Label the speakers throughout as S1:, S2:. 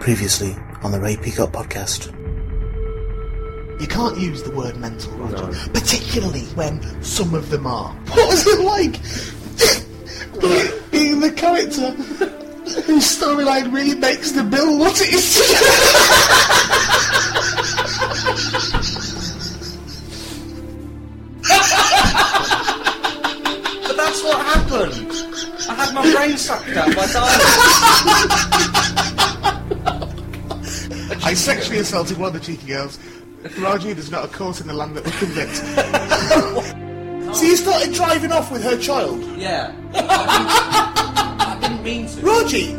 S1: Previously on the Ray Peacock podcast.
S2: You can't use the word mental, Roger. Particularly when some of them are. What was it like being the character whose storyline really makes the bill what it is?
S3: But that's what happened. I had my brain sucked out by diamonds.
S2: I sexually assaulted one of the cheeky girls. Roger, there's not a court in the land that would convict. so you started driving off with her child?
S3: Yeah. I didn't, I didn't mean to.
S2: Rogie,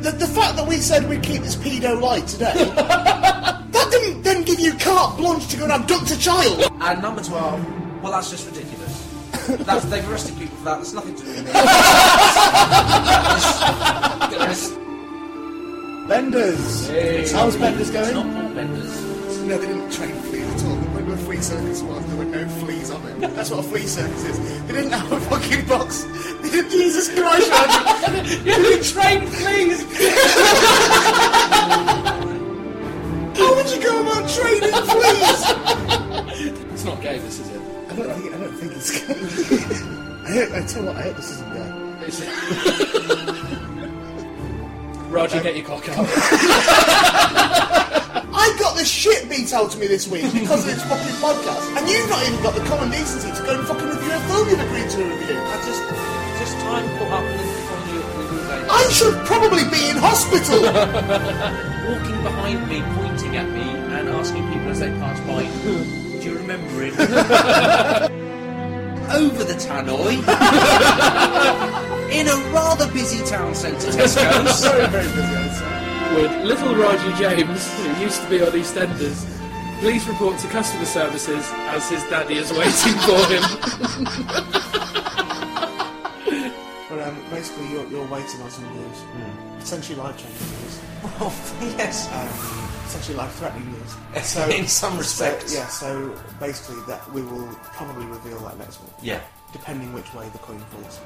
S2: the, the fact that we said we'd keep this pedo light today, that didn't then give you carte blanche to go and abduct a child.
S3: And number 12, well, that's just ridiculous. That's, they've arrested people for that. That's nothing to do with me. It's- it's-
S2: Benders. How's Benders
S3: It's
S2: going?
S3: not Paul Benders.
S2: No, they didn't train fleas at all. When the flea circus was, there were no fleas on it. That's what a flea circus is. They didn't have a fucking box. They didn't, Jesus Christ, Roger.
S3: You didn't train, please!
S2: How would you go about training fleas?
S4: It's not gay, this is it.
S2: I don't think, I don't think it's good. I, hope, I tell you what, I hope this isn't there.
S4: Roger, get your cock out.
S2: I got the shit beat out of me this week because of this fucking podcast. And you've not even got the common decency to go and fucking review a film you've agreed to review.
S3: I just, just time caught up and then before you we were late.
S2: I should probably be in hospital.
S3: Walking behind me, pointing at me, and asking people as they passed by, do you remember it? Over the tannoy. In a rather busy town centre, Tesco's.
S2: very, very busy, I'd say.
S4: Would little Roger James, who used to be on EastEnders, please report to customer services as his daddy is waiting for him?
S2: But um, basically, you're, you're waiting on some news.
S3: Hmm.
S2: Potentially life changing news.
S3: Oh, yes.
S2: Um, potentially life threatening news.
S3: In some respects.
S2: So, yeah, so basically, that we will probably reveal that next week,
S3: Yeah.
S2: depending which way the coin falls.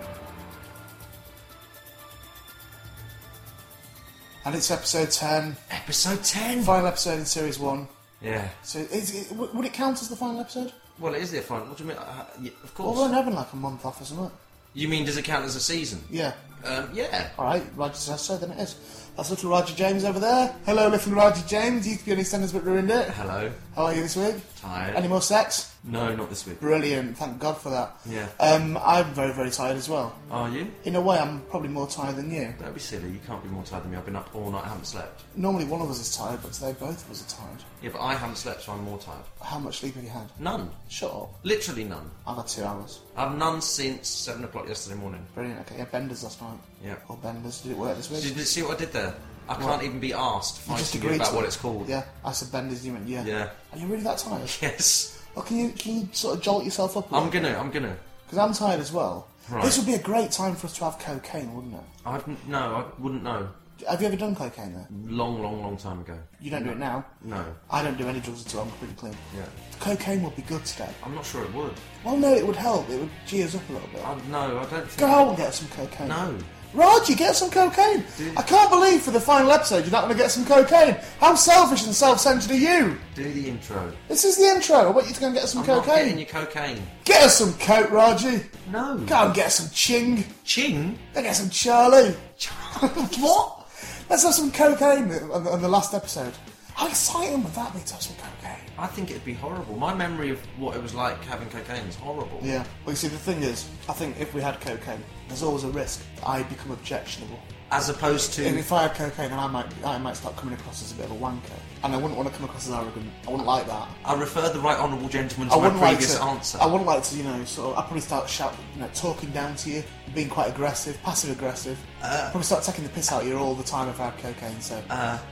S2: And it's episode 10,
S3: Episode 10.
S2: final episode in series 1.
S3: Yeah.
S2: So, is it, w- would it count as the final episode?
S3: Well, it is the final. What do you mean? Uh, yeah, of
S2: Well,
S3: course.
S2: we're having like a month off or something.
S3: You mean does it count as a season?
S2: Yeah.
S3: Um, yeah.
S2: Alright, Roger Sasso, then it is. That's little Roger James over there. Hello, little Roger James. Used to be on EastEnders but ruined it.
S3: Hello.
S2: How are you this week?
S3: Tired.
S2: Any more sex?
S3: No, not this week.
S2: Brilliant, thank God for that.
S3: Yeah.
S2: Um, I'm very, very tired as well.
S3: Are you?
S2: In a way, I'm probably more tired than you.
S3: Don't be silly. You can't be more tired than me. I've been up all night. I haven't slept.
S2: Normally one of us is tired, but today both of us are tired.
S3: Yeah, but I haven't slept, so I'm more tired.
S2: How much sleep have you had?
S3: None.
S2: Shut up.
S3: Literally none.
S2: I've had two hours.
S3: I've none since seven o'clock yesterday morning.
S2: Brilliant, okay. Yeah, Benders last night.
S3: Yeah.
S2: Or Benders, did it work this week?
S3: Did you see what I did there? I can't even be asked
S2: You just
S3: fighting you
S2: agreed
S3: about
S2: to
S3: what
S2: it.
S3: it's called.
S2: Yeah, I said Benders, you went yeah.
S3: Yeah.
S2: Are you really that tired?
S3: Yes.
S2: Or can you can you sort of jolt yourself up?
S3: I'm gonna. I'm gonna.
S2: Because I'm tired as well.
S3: Right.
S2: This would be a great time for us to have cocaine, wouldn't it?
S3: I wouldn't- no. I wouldn't know.
S2: Have you ever done cocaine though?
S3: Long, long, long time ago.
S2: You don't do it now.
S3: No.
S2: I don't do any drugs at all. I'm completely clean.
S3: Yeah.
S2: Cocaine would be good today.
S3: I'm not sure it would.
S2: Well, no, it would help. It would gee us up a little bit.
S3: I, no, I don't think.
S2: Go out and get some cocaine.
S3: No.
S2: Roger, get some cocaine. I can't believe for the final episode you're not going to get some cocaine. How selfish and self-centered are you?
S3: Do the intro.
S2: This is the intro. I want you to go and get some
S3: I'm not
S2: cocaine.
S3: getting your cocaine.
S2: Get us some coke, Roger.
S3: No.
S2: Go and get some ching.
S3: Ching.
S2: Go get some Charlie. what? Let's have some cocaine on the, on the last episode. How exciting would that be to have some cocaine?
S3: I think it'd be horrible. My memory of what it was like having cocaine is horrible.
S2: Yeah. Well, you see, the thing is, I think if we had cocaine, there's always a risk that I become objectionable.
S3: As opposed
S2: And
S3: to.
S2: if I had cocaine, then I might, I might start coming across as a bit of a wanker. And I wouldn't want to come across as arrogant. I wouldn't like that.
S3: I refer the right honourable gentleman to
S2: I
S3: my
S2: wouldn't like
S3: previous
S2: to.
S3: answer.
S2: I wouldn't like to, you know. Sort of, I probably start shouting, you know, talking down to you, being quite aggressive, passive aggressive.
S3: Uh,
S2: probably start taking the piss out of you all the time if I had cocaine. So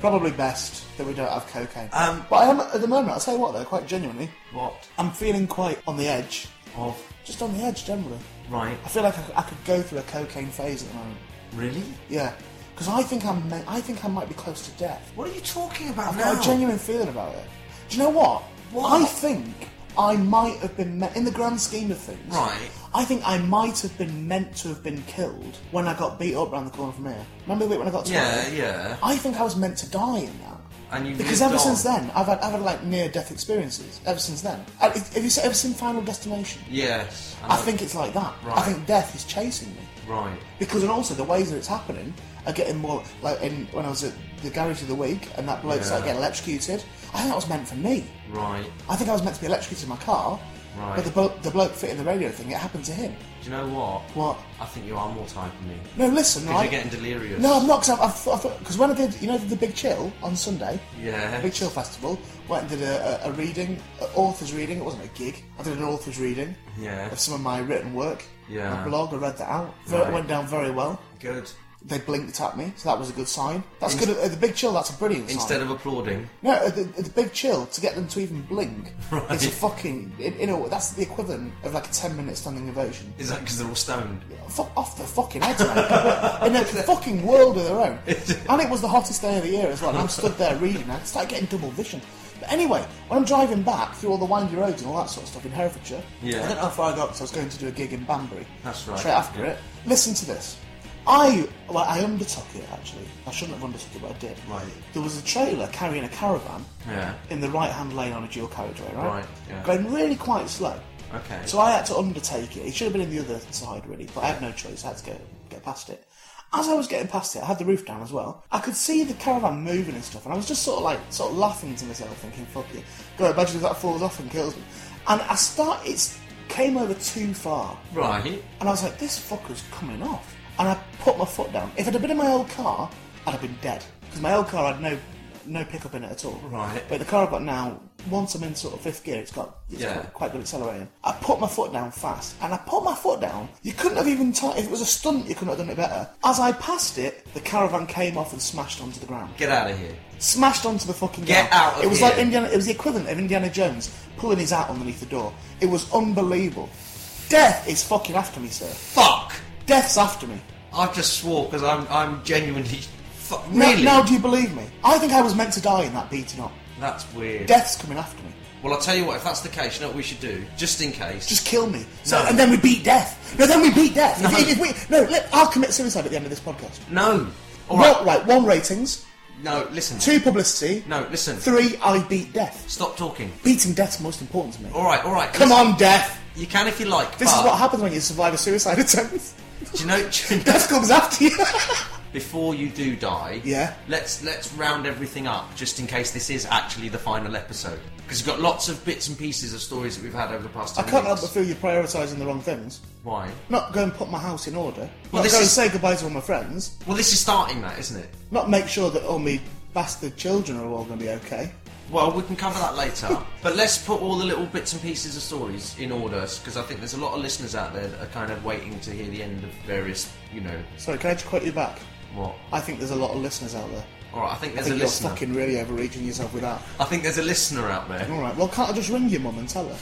S2: probably best that we don't have cocaine.
S3: Um,
S2: but I am at the moment. I'll tell you what, though, quite genuinely,
S3: What?
S2: I'm feeling quite on the edge.
S3: Of.
S2: Just on the edge generally.
S3: Right.
S2: I feel like I, I could go through a cocaine phase at the moment.
S3: Really?
S2: Yeah, because I think I'm. ma- I think I might be close to death.
S3: What are you talking about
S2: I've
S3: now?
S2: got a genuine feeling about it. Do you know what?
S3: What?
S2: I think I might have been me- in the grand scheme of things.
S3: Right.
S2: I think I might have been meant to have been killed when I got beat up round the corner from here. Remember the bit when I got
S3: Yeah,
S2: swallowed?
S3: yeah.
S2: I think I was meant to die in that.
S3: And you
S2: Because ever
S3: lived on.
S2: since then, I've had, I've had like near death experiences. Ever since then, Uh, have you se- ever seen Final Destination?
S3: Yes.
S2: I think it's like that. I
S3: Right.
S2: think death is chasing me
S3: Right.
S2: because and also the ways that it's happening are getting more like in when I was at the garage of the week and that bloke started
S3: Yeah.
S2: getting electrocuted. I think that was meant for me.
S3: Right.
S2: I think I was meant to be electrocuted in my car,
S3: Right.
S2: but the, blo- the bloke fitting the radio thing, it happened to him.
S3: Do you know what?
S2: What?
S3: I think you are more typing me.
S2: No, listen,
S3: Because
S2: right?
S3: you're getting delirious.
S2: no, I'm not. Cause I've, I've, I've, cause when I did, you know, the Big Chill on Sunday,
S3: Yeah.
S2: Big Chill Festival, went and did a, a, a reading, a author's reading. It wasn't a gig. I did an author's reading
S3: Yeah.
S2: of some of my written work.
S3: Yeah.
S2: My blog, I read that out. Ver-
S3: Right.
S2: Went down very well.
S3: Good.
S2: they blinked at me, so that was a good sign. That's good. At the big chill, that's a brilliant
S3: Instead
S2: sign.
S3: of applauding.
S2: no, at the, at the big chill to get them to even blink, it's a fucking. It, you know, that's the equivalent of like a ten minute standing ovation.
S3: Is that because they're all stoned?
S2: Fuck off the fucking heads, mate. in a fucking world of their own. And it was the hottest day of the year as well. And I'm stood there reading. I started getting double vision. But anyway, when I'm driving back through all the windy roads and all that sort of stuff in Herefordshire,
S3: Yeah.
S2: I don't know how far I got because I was going to do a gig in Banbury.
S3: That's right.
S2: Straight after
S3: Yeah.
S2: it. Listen to this. I well, I undertook it actually. I shouldn't have undertook it, but I did.
S3: Right.
S2: There was a trailer carrying a caravan
S3: Yeah.
S2: in the right-hand lane on a dual carriageway, right?
S3: Right, yeah.
S2: Going really quite slow.
S3: Okay.
S2: So I had to undertake it. It should have been in the other side, really, but I had no choice. I had to go get past it. As I was getting past it, I had the roof down as well. I could see the caravan moving and stuff, and I was just sort of like, sort of laughing to myself, thinking, "Fuck it, go imagine if that falls off and kills me." And I start, it came over too far,
S3: Right.
S2: and I was like, "This fucker's coming off," and I put my foot down. If it had been in my old car, I'd have been dead because my old car had no no pickup in it at all.
S3: Right.
S2: But the car I've got now, once I'm in sort of fifth gear, it's got it's
S3: Yeah.
S2: quite, quite good accelerating. I put my foot down fast, and I put my foot down. You couldn't have even t- if it was a stunt, you couldn't have done it better. As I passed it, the caravan came off and smashed onto the ground.
S3: Get out of here.
S2: Smashed onto the fucking ground.
S3: Get out of
S2: It was
S3: here.
S2: like Indiana. It was the equivalent of Indiana Jones pulling his hat underneath the door. It was unbelievable. Death is fucking after me, sir.
S3: Fuck!
S2: Death's after me.
S3: I've just swore because I'm I'm genuinely. Fuck.
S2: Now-
S3: Really?
S2: Now, do you believe me? I think I was meant to die in that beating up.
S3: That's weird.
S2: Death's coming after me.
S3: Well, I'll tell you what. If that's the case, you know what we should do, just in case.
S2: Just kill me. So,
S3: No.
S2: And then we beat death. No, then we beat death. If-
S3: No.
S2: If, if we, no, let, I'll commit suicide at the end of this podcast.
S3: no. All
S2: Well,
S3: right.
S2: right, one ratings,
S3: No. Listen.
S2: two publicity,
S3: No. Listen.
S2: three I beat death.
S3: Stop talking.
S2: Beating death's most important to me.
S3: All right. All right.
S2: Come on, death.
S3: You can if you like.
S2: This is
S3: but
S2: what happens when you survive a suicide attempt.
S3: Do you know? do you know-
S2: death comes after you.
S3: before you do die,
S2: Yeah.
S3: let's let's round everything up just in case this is actually the final episode because you've got lots of bits and pieces of stories that we've had over the past.
S2: I
S3: 10
S2: can't help
S3: weeks.
S2: but feel you're prioritising the wrong things.
S3: Why?
S2: Not go and put my house in order.
S3: Well,
S2: not
S3: this
S2: go and
S3: is-
S2: say goodbye to all my friends.
S3: Well, this is starting that, isn't it?
S2: Not make sure that all my bastard children are all going to be okay.
S3: Well, we can cover that later. but let's put all the little bits and pieces of stories in order because I think there's a lot of listeners out there that are kind of waiting to hear the end of various, you know,
S2: Sorry, can I just quote you back?
S3: what.
S2: I think there's a lot of listeners out there.
S3: All right, I think
S2: I
S3: there's
S2: think
S3: a
S2: you're
S3: listener.
S2: fucking really overreaching yourself with that.
S3: I think there's a listener out there.
S2: All right. Well, can't I just ring your mum and tell her?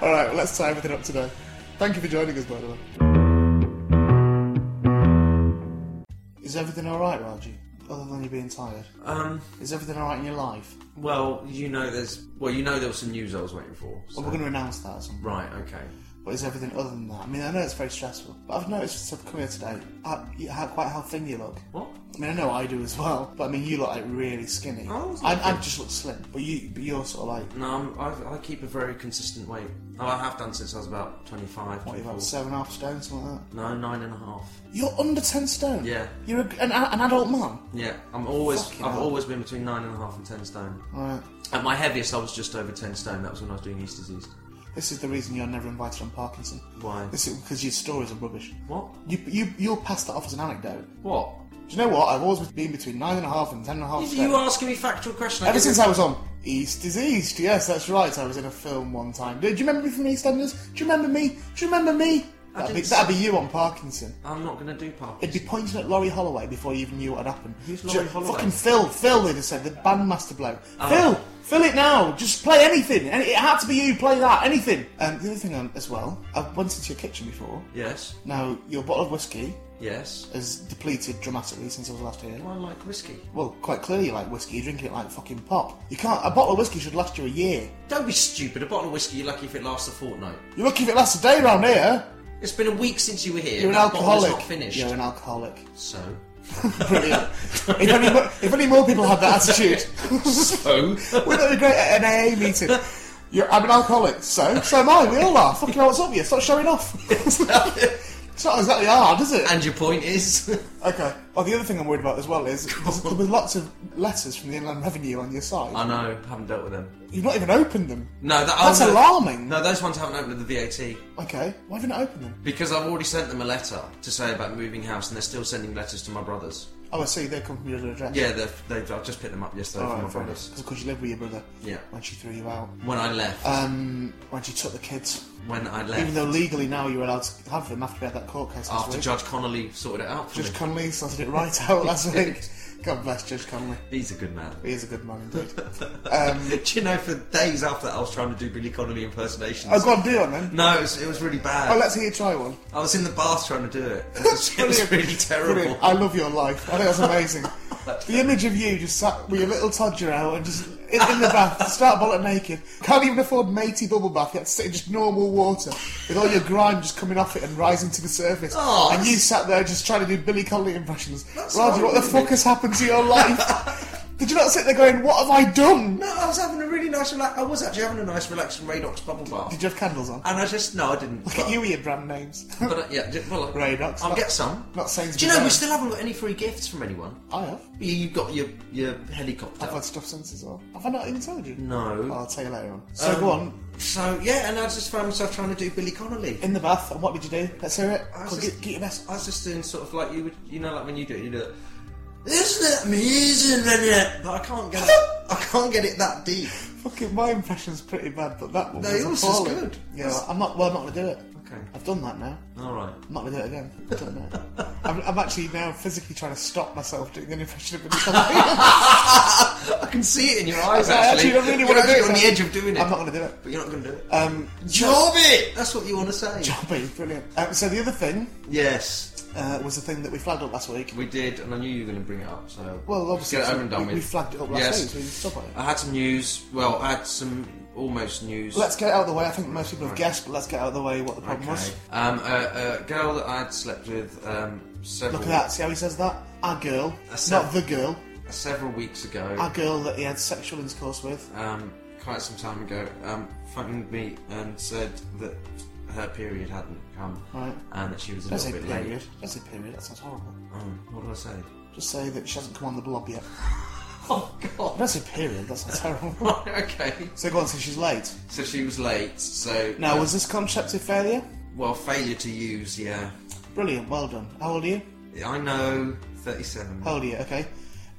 S2: All right. Well, let's tie everything up today. Thank you for joining us, by the way. Is everything all right, Raji? Other than you being tired,
S3: Um,
S2: is everything all right in your life?
S3: well, you know, there's well, you know, there was some news I was waiting for. so-
S2: Well, we're going to announce that. Or something.
S3: Right. Okay.
S2: But is everything other than that? I mean, I know it's very stressful, but I've noticed since I've come here today how, you- how quite how thin you look.
S3: What?
S2: I mean, I know I do as well, but I mean, you look like really skinny.
S3: Oh, it's
S2: I,
S3: not
S2: I
S3: good.
S2: just look slim, but you, but you're sort of like
S3: No, I'm, I, I keep a very consistent weight. Oh, I have done since I was about 25.
S2: what, you're
S3: 24.
S2: about seven and a half stone, something like that.
S3: No, nine and a half.
S2: You're under ten stone.
S3: Yeah.
S2: You're a, an, an adult man.
S3: Yeah, I'm always,
S2: Fucking
S3: I've
S2: hell.
S3: always been between nine and a half and ten stone.
S2: Right.
S3: At my heaviest, I was just over ten stone. That was when I was doing East disease.
S2: This is the reason you're never invited on Parkinson.
S3: Why?
S2: This is because your stories are rubbish.
S3: What?
S2: You, you, you'll pass that off as an anecdote.
S3: What?
S2: Do you know what? I've always been between nine and a half and ten and a half
S3: Is
S2: stone.
S3: you asking me factual questions?
S2: Ever since I was on East is East, yes, that's right. I was in a film one time. Do you remember me from EastEnders? Do you remember me? Do you remember me?
S3: I
S2: That'd be,
S3: didn't
S2: that'd be you on Parkinson.
S3: I'm not going to do pop.
S2: It'd be pointing at Laurie Holloway before you even knew what had happened.
S3: Who's
S2: Ju-
S3: Laurie Holloway? Ah.
S2: Fucking Phil, Phil, they'd have said, the bandmaster bloke. Phil, fill it now, just play anything. Any- It had to be you, play that, anything. Um, the other thing um, as well, I went into your kitchen before.
S3: Yes.
S2: Now, your bottle of whiskey
S3: Yes.
S2: has depleted dramatically since it was last here.
S3: Well, I like whiskey.
S2: Well, quite clearly you like whiskey, you're drinking it like fucking pop. You can't, a bottle of whiskey should last you a year.
S3: Don't be stupid. A bottle of whiskey, you're lucky if it lasts a fortnight.
S2: You're lucky if it lasts a day round here.
S3: It's been a week since you were here.
S2: You're an
S3: that bottle is
S2: alcoholic.
S3: Not finished.
S2: You're an alcoholic.
S3: So.
S2: Brilliant. if, only more, if only more people had that attitude,
S3: Oh.
S2: wouldn't that be great at an AA meeting? You're, I'm an alcoholic, so so am I. We all are. Fucking hell, what's up with you? Stop showing off. it's not exactly hard, is it?
S3: and your point is.
S2: Okay. Well, the other thing I'm worried about as well is there's, there was lots of letters from the Inland Revenue on your site.
S3: I know. Haven't dealt with them.
S2: You've not even opened them.
S3: Oh, No, that,
S2: That's
S3: I'm-
S2: alarming.
S3: No, those ones haven't opened the VAT
S2: Okay. Why haven't you opened them?
S3: because I've already sent them a letter to say about moving house, and they're still sending letters to my brothers.
S2: Oh, I see. They come from your other address.
S3: Yeah, they've, they've, I've just picked them up yesterday
S2: All
S3: from
S2: right,
S3: my brothers.
S2: Because of course you lived with your brother.
S3: Yeah.
S2: When she threw you out.
S3: When I left,
S2: Um, when she took the kids.
S3: when I
S2: Even
S3: left,
S2: though legally now you're allowed to have them after we had that court case last
S3: after
S2: week.
S3: Judge Connolly sorted it out for
S2: Judge
S3: me.
S2: Conley sorted it right out last week. God bless Judge Conley.
S3: He's a good man.
S2: He is a good man indeed. Um,
S3: Do you know, for days after that, I was trying to do Billy Connolly impersonations.
S2: oh, go on, do one then.
S3: No, it was, it was really bad.
S2: Oh, let's hear you try one.
S3: I was in the bath trying to do it. It was, it was
S2: Brilliant.
S3: really terrible.
S2: Brilliant. I love your life. I think that's amazing. the image of you just sat with your little toddler out and just in, in the bath, start bullet naked. Can't even afford matey bubble bath. You have to sit in just normal water with all your grime just coming off it and rising to the surface.
S3: Aw,
S2: and you
S3: Oh, that's-
S2: sat there just trying to do Billy Connolly impressions. Roger,
S3: horrible,
S2: what the
S3: isn't it?
S2: fuck has happened to your life? Did you not sit there going, "What have I done"?
S3: No, I was having a really nice relax. I was actually having a nice relaxing Radox bubble bath.
S2: Did you have candles on?
S3: And I just no, I didn't.
S2: Look
S3: but,
S2: at you with your brand names.
S3: But uh, yeah, j- well,
S2: Radox,
S3: I'll
S2: not-
S3: get some.
S2: not Sainsbury's.
S3: Do you know we
S2: own.
S3: still haven't got any free gifts from anyone?
S2: I have.
S3: You- You've got your your helicopter.
S2: I've had stuff since as well. Have I not even told you?
S3: No.
S2: I'll tell you later on. So
S3: Um,
S2: go on.
S3: So yeah, and I just found myself trying to do Billy Connolly.
S2: In the bath, and what did you do? Let's hear it.
S3: I was
S2: Go on,
S3: just-
S2: get, get your best.
S3: I was just doing sort of like you would, you know, like when you do it, you do it. Isn't it amazing? Isn't it? But I can't get it. I can't get it that deep.
S2: Fucking my impression's pretty bad, but that one
S3: No,
S2: was
S3: yours is
S2: appalling.
S3: good.
S2: Yeah,
S3: That's-
S2: I'm not. Well, I'm not gonna do it.
S3: Okay.
S2: I've done that now.
S3: All right.
S2: I'm not gonna do it again. I've done that. I'm, I'm actually now physically trying to stop myself doing an impression of Billy Connolly.
S3: I can see it in your eyes.
S2: I actually
S3: Actually,
S2: don't really
S3: You're
S2: wanna do
S3: actually
S2: it,
S3: on the
S2: so-
S3: edge of doing it.
S2: I'm not gonna do it.
S3: But you're not going to do it.
S2: Um,
S3: Job it. That's what you want to say.
S2: Jobby, brilliant. Um, so the other thing
S3: Yes,
S2: uh, was the thing that we flagged up last week.
S3: we did, and I knew you were going to bring it up. So
S2: Well, obviously,
S3: get it
S2: so
S3: over and done
S2: we,
S3: with.
S2: we flagged it up last
S3: Yes.
S2: week, so we can stop on it.
S3: I had some news. Well, I had some almost news.
S2: Let's get it out of the way. I think most people have guessed, but let's get out of the way what the problem was.
S3: Um, a, a girl that I'd slept with um, several
S2: Look at that. See how he says that? Our girl,
S3: That's
S2: not
S3: it.
S2: the girl.
S3: several weeks
S2: Our
S3: ago,
S2: girl that he had sexual intercourse with.
S3: um, quite some time ago, um, phoned me and said that her period hadn't come
S2: Right.
S3: and that she was a
S2: Don't say
S3: little bit late.
S2: period. Don't say period. That sounds horrible.
S3: Um, what did I say?
S2: Just say that she hasn't come on the blob yet.
S3: Oh God.
S2: Don't say period. That sounds terrible.
S3: okay.
S2: so go on. So she's late.
S3: So she was late. So
S2: Now, was this contraceptive failure?
S3: well, failure to use. Yeah.
S2: Brilliant. Well done. How old are you?
S3: I know. Thirty-seven.
S2: How old are you? Okay.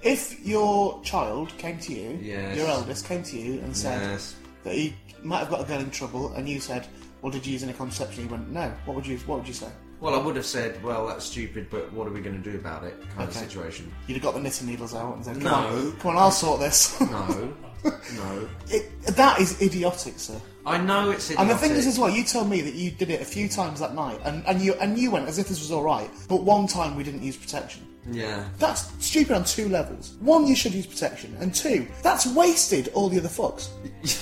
S2: If your child came to you,
S3: Yes.
S2: your eldest came to you and said
S3: Yes.
S2: that he might have got a girl in trouble, and you said, "Well, did you use any conception?" He went, "No." What would you? What would you say?
S3: Well, I would have said, well, that's stupid, but what are we going to do about it? Kind of
S2: Okay.
S3: situation.
S2: You'd have got the knitting needles out and said, "Come
S3: No.
S2: on, come on, I'll sort this."
S3: No. no.
S2: It, that is idiotic, sir.
S3: I know it's idiotic.
S2: And the thing is, as well, you told me that you did it a few times that night, and, and you and you went as if this was all right. But one time we didn't use protection.
S3: yeah.
S2: That's stupid on two levels. One, you should use protection, and two, that's wasted all the other fucks.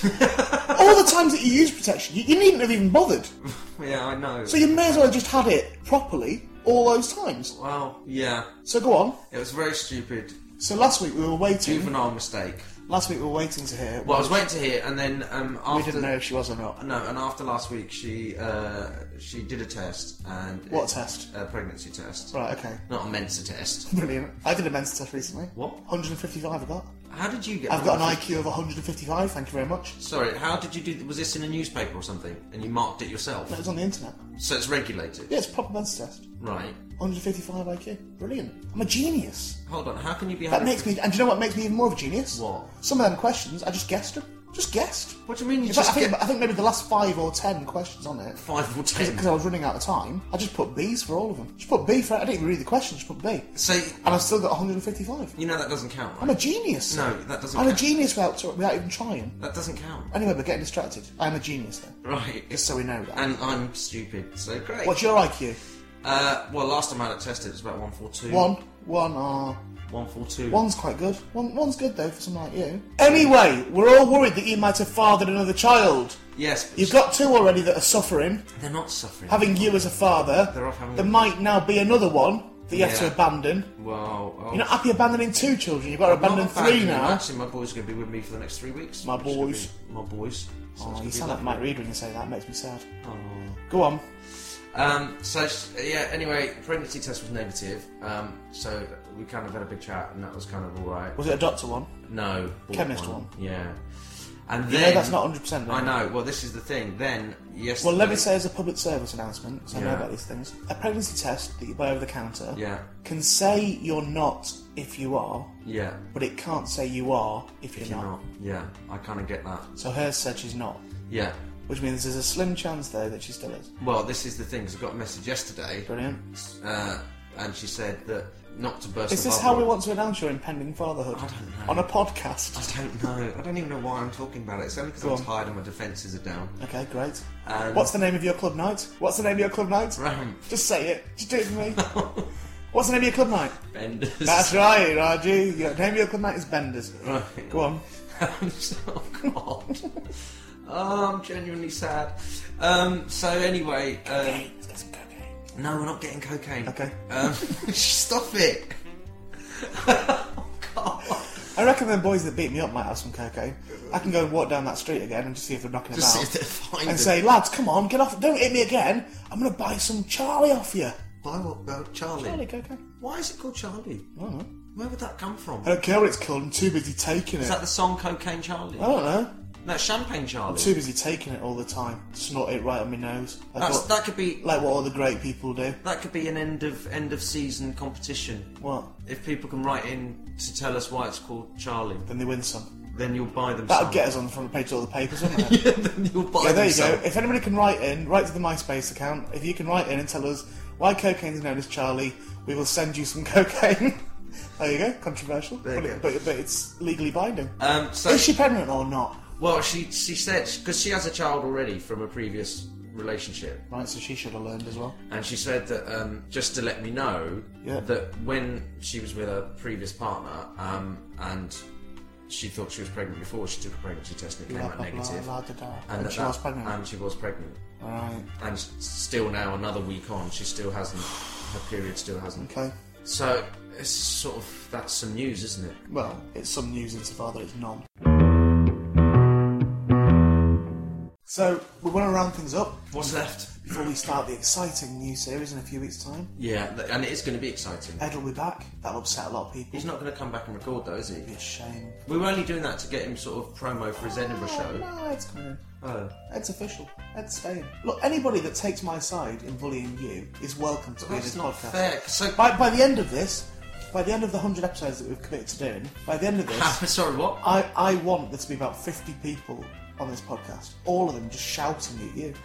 S2: all the times that you use protection, you, you needn't have even bothered.
S3: Yeah, I know.
S2: So you may as well have just had it properly all those times.
S3: Well, yeah.
S2: So go on.
S3: It was a very stupid,
S2: So last week we were waiting.
S3: juvenile mistake.
S2: Last week we were waiting to hear.
S3: Well, I was waiting to hear, and then um, after
S2: we didn't know if she was or not.
S3: no, and after last week, she uh, she did a test and
S2: What test?
S3: A pregnancy test,
S2: Right. Okay.
S3: not a Mensa test.
S2: Brilliant. I did a men's test recently.
S3: What?
S2: 155 I got.
S3: How did you get?
S2: I've got an IQ of 155, thank you very much.
S3: Sorry, how did you do? Was this in a newspaper or something? And you marked it yourself,
S2: That was on the internet.
S3: so it's regulated,
S2: Yeah, it's a proper men's test.
S3: right?
S2: 155 IQ. Brilliant. I'm a genius.
S3: Hold on, how can you be?
S2: That
S3: 100%
S2: makes me, and do you know what makes me even more of a genius?
S3: What?
S2: Some of them questions, I just guessed them. Just guessed.
S3: What do you mean? You
S2: In fact,
S3: just
S2: I think,
S3: get
S2: I think maybe the last five or ten questions on it,
S3: five or ten.
S2: because I was running out of time, I just put B's for all of them. Just put B for I didn't even read the questions, just put B.
S3: So
S2: And I've still got 155.
S3: you know that doesn't count.
S2: I'm
S3: Right?
S2: a genius.
S3: No, that doesn't.
S2: I'm a
S3: count.
S2: genius without, without even trying.
S3: That doesn't count.
S2: Anyway, we're getting distracted. I'm a genius, though.
S3: Right.
S2: Just so we know that.
S3: And I'm stupid, so great.
S2: What's your IQ?
S3: Uh, well, last time I had it tested, it was about 142.
S2: One, one, ah.
S3: 142.
S2: One's quite good. One, one's good though for someone like you. Anyway, we're all worried that you might have fathered another child.
S3: Yes, but
S2: You've got two already that are suffering.
S3: they're not suffering.
S2: Having you as a father,
S3: They're off having-
S2: there might now be another one that you have to
S3: Yeah.
S2: abandon.
S3: Well, oh,
S2: You're not happy abandoning two children. You've got to
S3: I'm not
S2: abandon
S3: abandoning
S2: three
S3: them.
S2: now.
S3: Actually, my boy's going to be with me for the next three weeks.
S2: My
S3: It's gonna
S2: boys.
S3: be- My boys. So it's
S2: Oh,
S3: gonna
S2: you
S3: be
S2: sound like
S3: lovely. Oh.
S2: Mike Reed when you say that. Makes me sad. Go on.
S3: Um, so s- yeah. Anyway, pregnancy test was negative. Um, so we kind of had a big chat, and that was kind of all right.
S2: Was it a doctor one?
S3: No, bought
S2: Chemist one.
S3: Yeah. And
S2: No,
S3: then
S2: that's not 100%. though.
S3: I know. Well, this is the thing. Then yes.
S2: Well, let me say as a public service announcement, because I know
S3: Yeah.
S2: about these things, a pregnancy test that you buy over the counter
S3: Yeah.
S2: can say you're not if you are,
S3: Yeah.
S2: but it can't say you are if you're,
S3: You're
S2: not.
S3: not. Yeah. I kind of get that.
S2: So hers said she's not,
S3: Yeah.
S2: which means there's a slim chance though that she still is.
S3: Well, this is the thing. 'cause I got a message yesterday,
S2: Brilliant.
S3: uh, and she said that not to burst.
S2: Is
S3: the
S2: this how we
S3: bubble.
S2: want to announce your impending fatherhood?
S3: I don't know.
S2: On a podcast.
S3: I don't know. I don't even know why I'm talking about it. It's only because
S2: Go
S3: I'm
S2: on.
S3: tired and my defences are down.
S2: Okay, great.
S3: And
S2: What's the name of your club night? What's the name of your club night?
S3: Ramp
S2: Just say it. Just do it for me. What's the name of your club night?
S3: benders?
S2: That's right, Raji. Your name of your club night is Benders.
S3: Right.
S2: Go on.
S3: I'm so God. oh, I'm genuinely sad. Um, so anyway, um,
S2: Okay, let's get some cocaine.
S3: no, we're not getting cocaine.
S2: Okay.
S3: Um, stop it.
S2: I reckon the boys that beat me up might have some cocaine. I can go and walk down that street again and just see if they're knocking
S3: Just see
S2: about.
S3: if they find
S2: and
S3: it.
S2: say, lads, come on, get off, don't hit me again. I'm going to buy some Charlie off you.
S3: Why what about uh, Charlie?
S2: Charlie cocaine.
S3: Why is it called Charlie?
S2: I don't know.
S3: Where would that come from?
S2: I don't care what it's called, I'm too busy taking it.
S3: Is that the song Cocaine Charlie?
S2: I don't know.
S3: No, Champagne Charlie.
S2: Too busy taking it all the time. Snort it right on my nose. Like,
S3: That's,
S2: what,
S3: that could be
S2: like what all the great people do.
S3: that could be an end of end of season competition.
S2: What?
S3: If people can write in to tell us why it's called Charlie,
S2: Then they win some.
S3: then you'll buy them.
S2: That'll
S3: some.
S2: get us on the front page of all the papers, wouldn't it?
S3: yeah, then you'll buy
S2: Yeah,
S3: them
S2: there you
S3: some.
S2: go. If anybody can write in, write to the MySpace account. If you can write in and tell us why cocaine is known as Charlie, we will send you some cocaine. there you go. Controversial,
S3: you
S2: but, it,
S3: go.
S2: but, but it's legally binding.
S3: Um, so
S2: is she pregnant or not?
S3: Well, she she said because she has a child already from a previous relationship,
S2: Right, so she should have learned as well.
S3: and she said that um, just to let me know
S2: Yeah.
S3: that when she was with her previous partner, um, and she thought she was pregnant before she took a pregnancy test and it came
S2: Blah,
S3: out
S2: blah, blah,
S3: negative,
S2: blah, da, da.
S3: and,
S2: And
S3: that
S2: she
S3: that-
S2: was pregnant.
S3: and she was pregnant,
S2: Right.
S3: and s- still now another week on, she still hasn't her period still hasn't.
S2: Okay.
S3: So it's sort of that's some news, isn't it?
S2: Well, it's some news insofar that it's non. So we want to round things up
S3: What's left?
S2: before we start the exciting new series in a few weeks' time.
S3: Yeah, th- and it is going to be exciting.
S2: Ed will be back. That'll upset a lot of people.
S3: He's not going to come back and record though, is he?
S2: Be a shame.
S3: We were only doing that to get him sort of promo for his Edinburgh show.
S2: No, it's coming in.
S3: Oh.
S2: Ed's official. Ed's staying. Look, anybody that takes my side in bullying you is welcome to be in
S3: That's
S2: this
S3: not
S2: podcast.
S3: fair. So,
S2: By, by the end of this, by the end of the 100 episodes that we've committed to doing, by the end of this,
S3: sorry, what?
S2: I, I want there to be about 50 people on this podcast. All of them just shouting at you.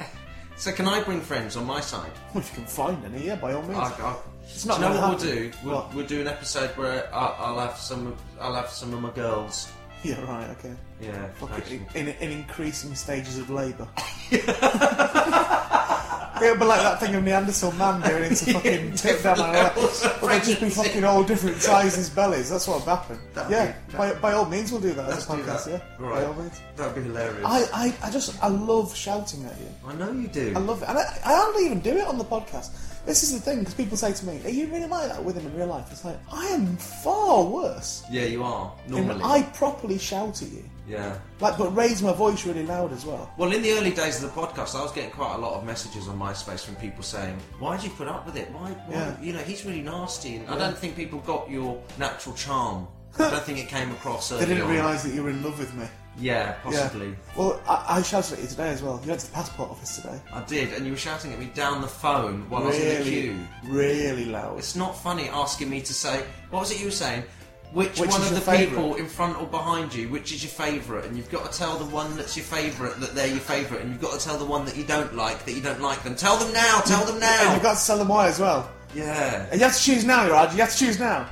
S3: So, can I bring friends on my side?
S2: If you can find any, yeah, by all means.
S3: I, I,
S2: It's not
S3: do you know
S2: gonna
S3: what we'll
S2: happen.
S3: do? We'll,
S2: What?
S3: we'll do an episode where I, I'll have some. Of, I'll have some of my girls.
S2: Yeah, right, okay.
S3: Yeah.
S2: Okay,
S3: actually.
S2: in, in increasing stages of labour. It'll be like that thing of Neanderthal man going into fucking tip down my
S3: levels
S2: left.
S3: of
S2: But they'd just be fucking all different sizes bellies. That's what would happen.
S3: That'd
S2: yeah,
S3: be-
S2: by, by all means we'll do that
S3: Let's
S2: as a
S3: do
S2: podcast,
S3: that.
S2: yeah.
S3: All
S2: By all
S3: right.
S2: means.
S3: That'd be hilarious. I,
S2: I, I, I just, I love shouting at you.
S3: know you do.
S2: I love it. And I, I hardly even do it on the podcast. This is the thing, because people say to me, are you really like that with him in real life? It's like, I am far worse.
S3: yeah, you are
S2: And
S3: normally.
S2: I properly shout at you.
S3: yeah.
S2: Like, but raise my voice really loud as well.
S3: Well, in the early days of the podcast, I was getting quite a lot of messages on MySpace from people saying, "Why did you put up with it? Why, why
S2: Yeah.
S3: you know, he's really nasty." And I don't think people got your natural charm. I don't think it came across.
S2: They didn't
S3: early on.
S2: realise that you were in love with me.
S3: Yeah,
S2: Yeah.
S3: possibly.
S2: Well, I, I shouted at you today as well. You went to the passport office today.
S3: I did, and you were shouting at me down the phone while I was in
S2: Really,
S3: the queue.
S2: really loud.
S3: It's not funny asking me to say, what was it you were saying? Which,
S2: Which
S3: one
S2: is
S3: of
S2: your
S3: the
S2: favourite?
S3: people in front or behind you, which is your favourite? And you've got to tell the one that's your favourite that they're your favourite, and you've got to tell the one that you don't like that you don't like them. Tell them now, tell them
S2: And
S3: now!
S2: you've got to sell them why as well.
S3: yeah.
S2: And you have to choose now, Raj. You have to choose now.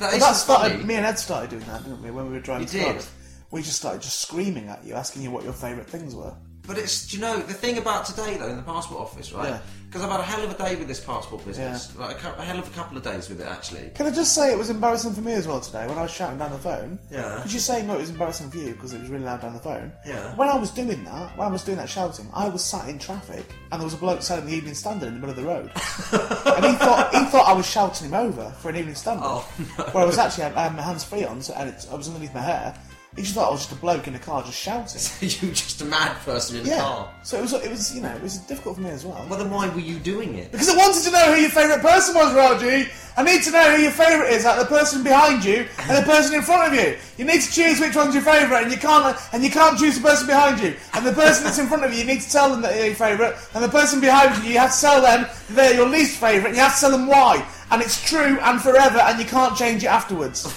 S3: That
S2: And
S3: is
S2: that started.
S3: funny.
S2: Me and Ed started doing that, didn't we? When we were driving
S3: You
S2: to Cardiff.
S3: did.
S2: we just started just screaming at you, asking you what your favourite things were.
S3: But it's, do you know, the thing about today though in the passport office, right?
S2: Yeah.
S3: Because I've had a hell of a day with this passport business. Like a, cou- a hell of a couple of days with it actually.
S2: Can I just say it was embarrassing for me as well today when I was shouting down the phone?
S3: Yeah.
S2: Because you're saying no, it was embarrassing for you because it was really loud down the phone.
S3: Yeah.
S2: When I was doing that, when I was doing that shouting, I was sat in traffic and there was a bloke selling the Evening Standard in the middle of the road, and he thought he thought I was shouting him over for an Evening Standard.
S3: Oh, no.
S2: Where I was actually I had my hands free on, so, and it's, I was underneath my hair. He just thought I was just a bloke in a car just shouting.
S3: you were just a mad person in a
S2: Yeah.
S3: car.
S2: So it was it was you know it was difficult for me as well.
S3: Well, then why were you doing it?
S2: Because I wanted to know who your favourite person was, Raji. I need to know who your favourite is, like the person behind you and the person in front of you. You need to choose which one's your favourite, and you can't and you can't choose the person behind you. And the person that's in front of you, you need to tell them that they're your favourite, and the person behind you, you have to tell them they're your least favourite, and you have to tell them why. And it's true and forever, and you can't change it afterwards.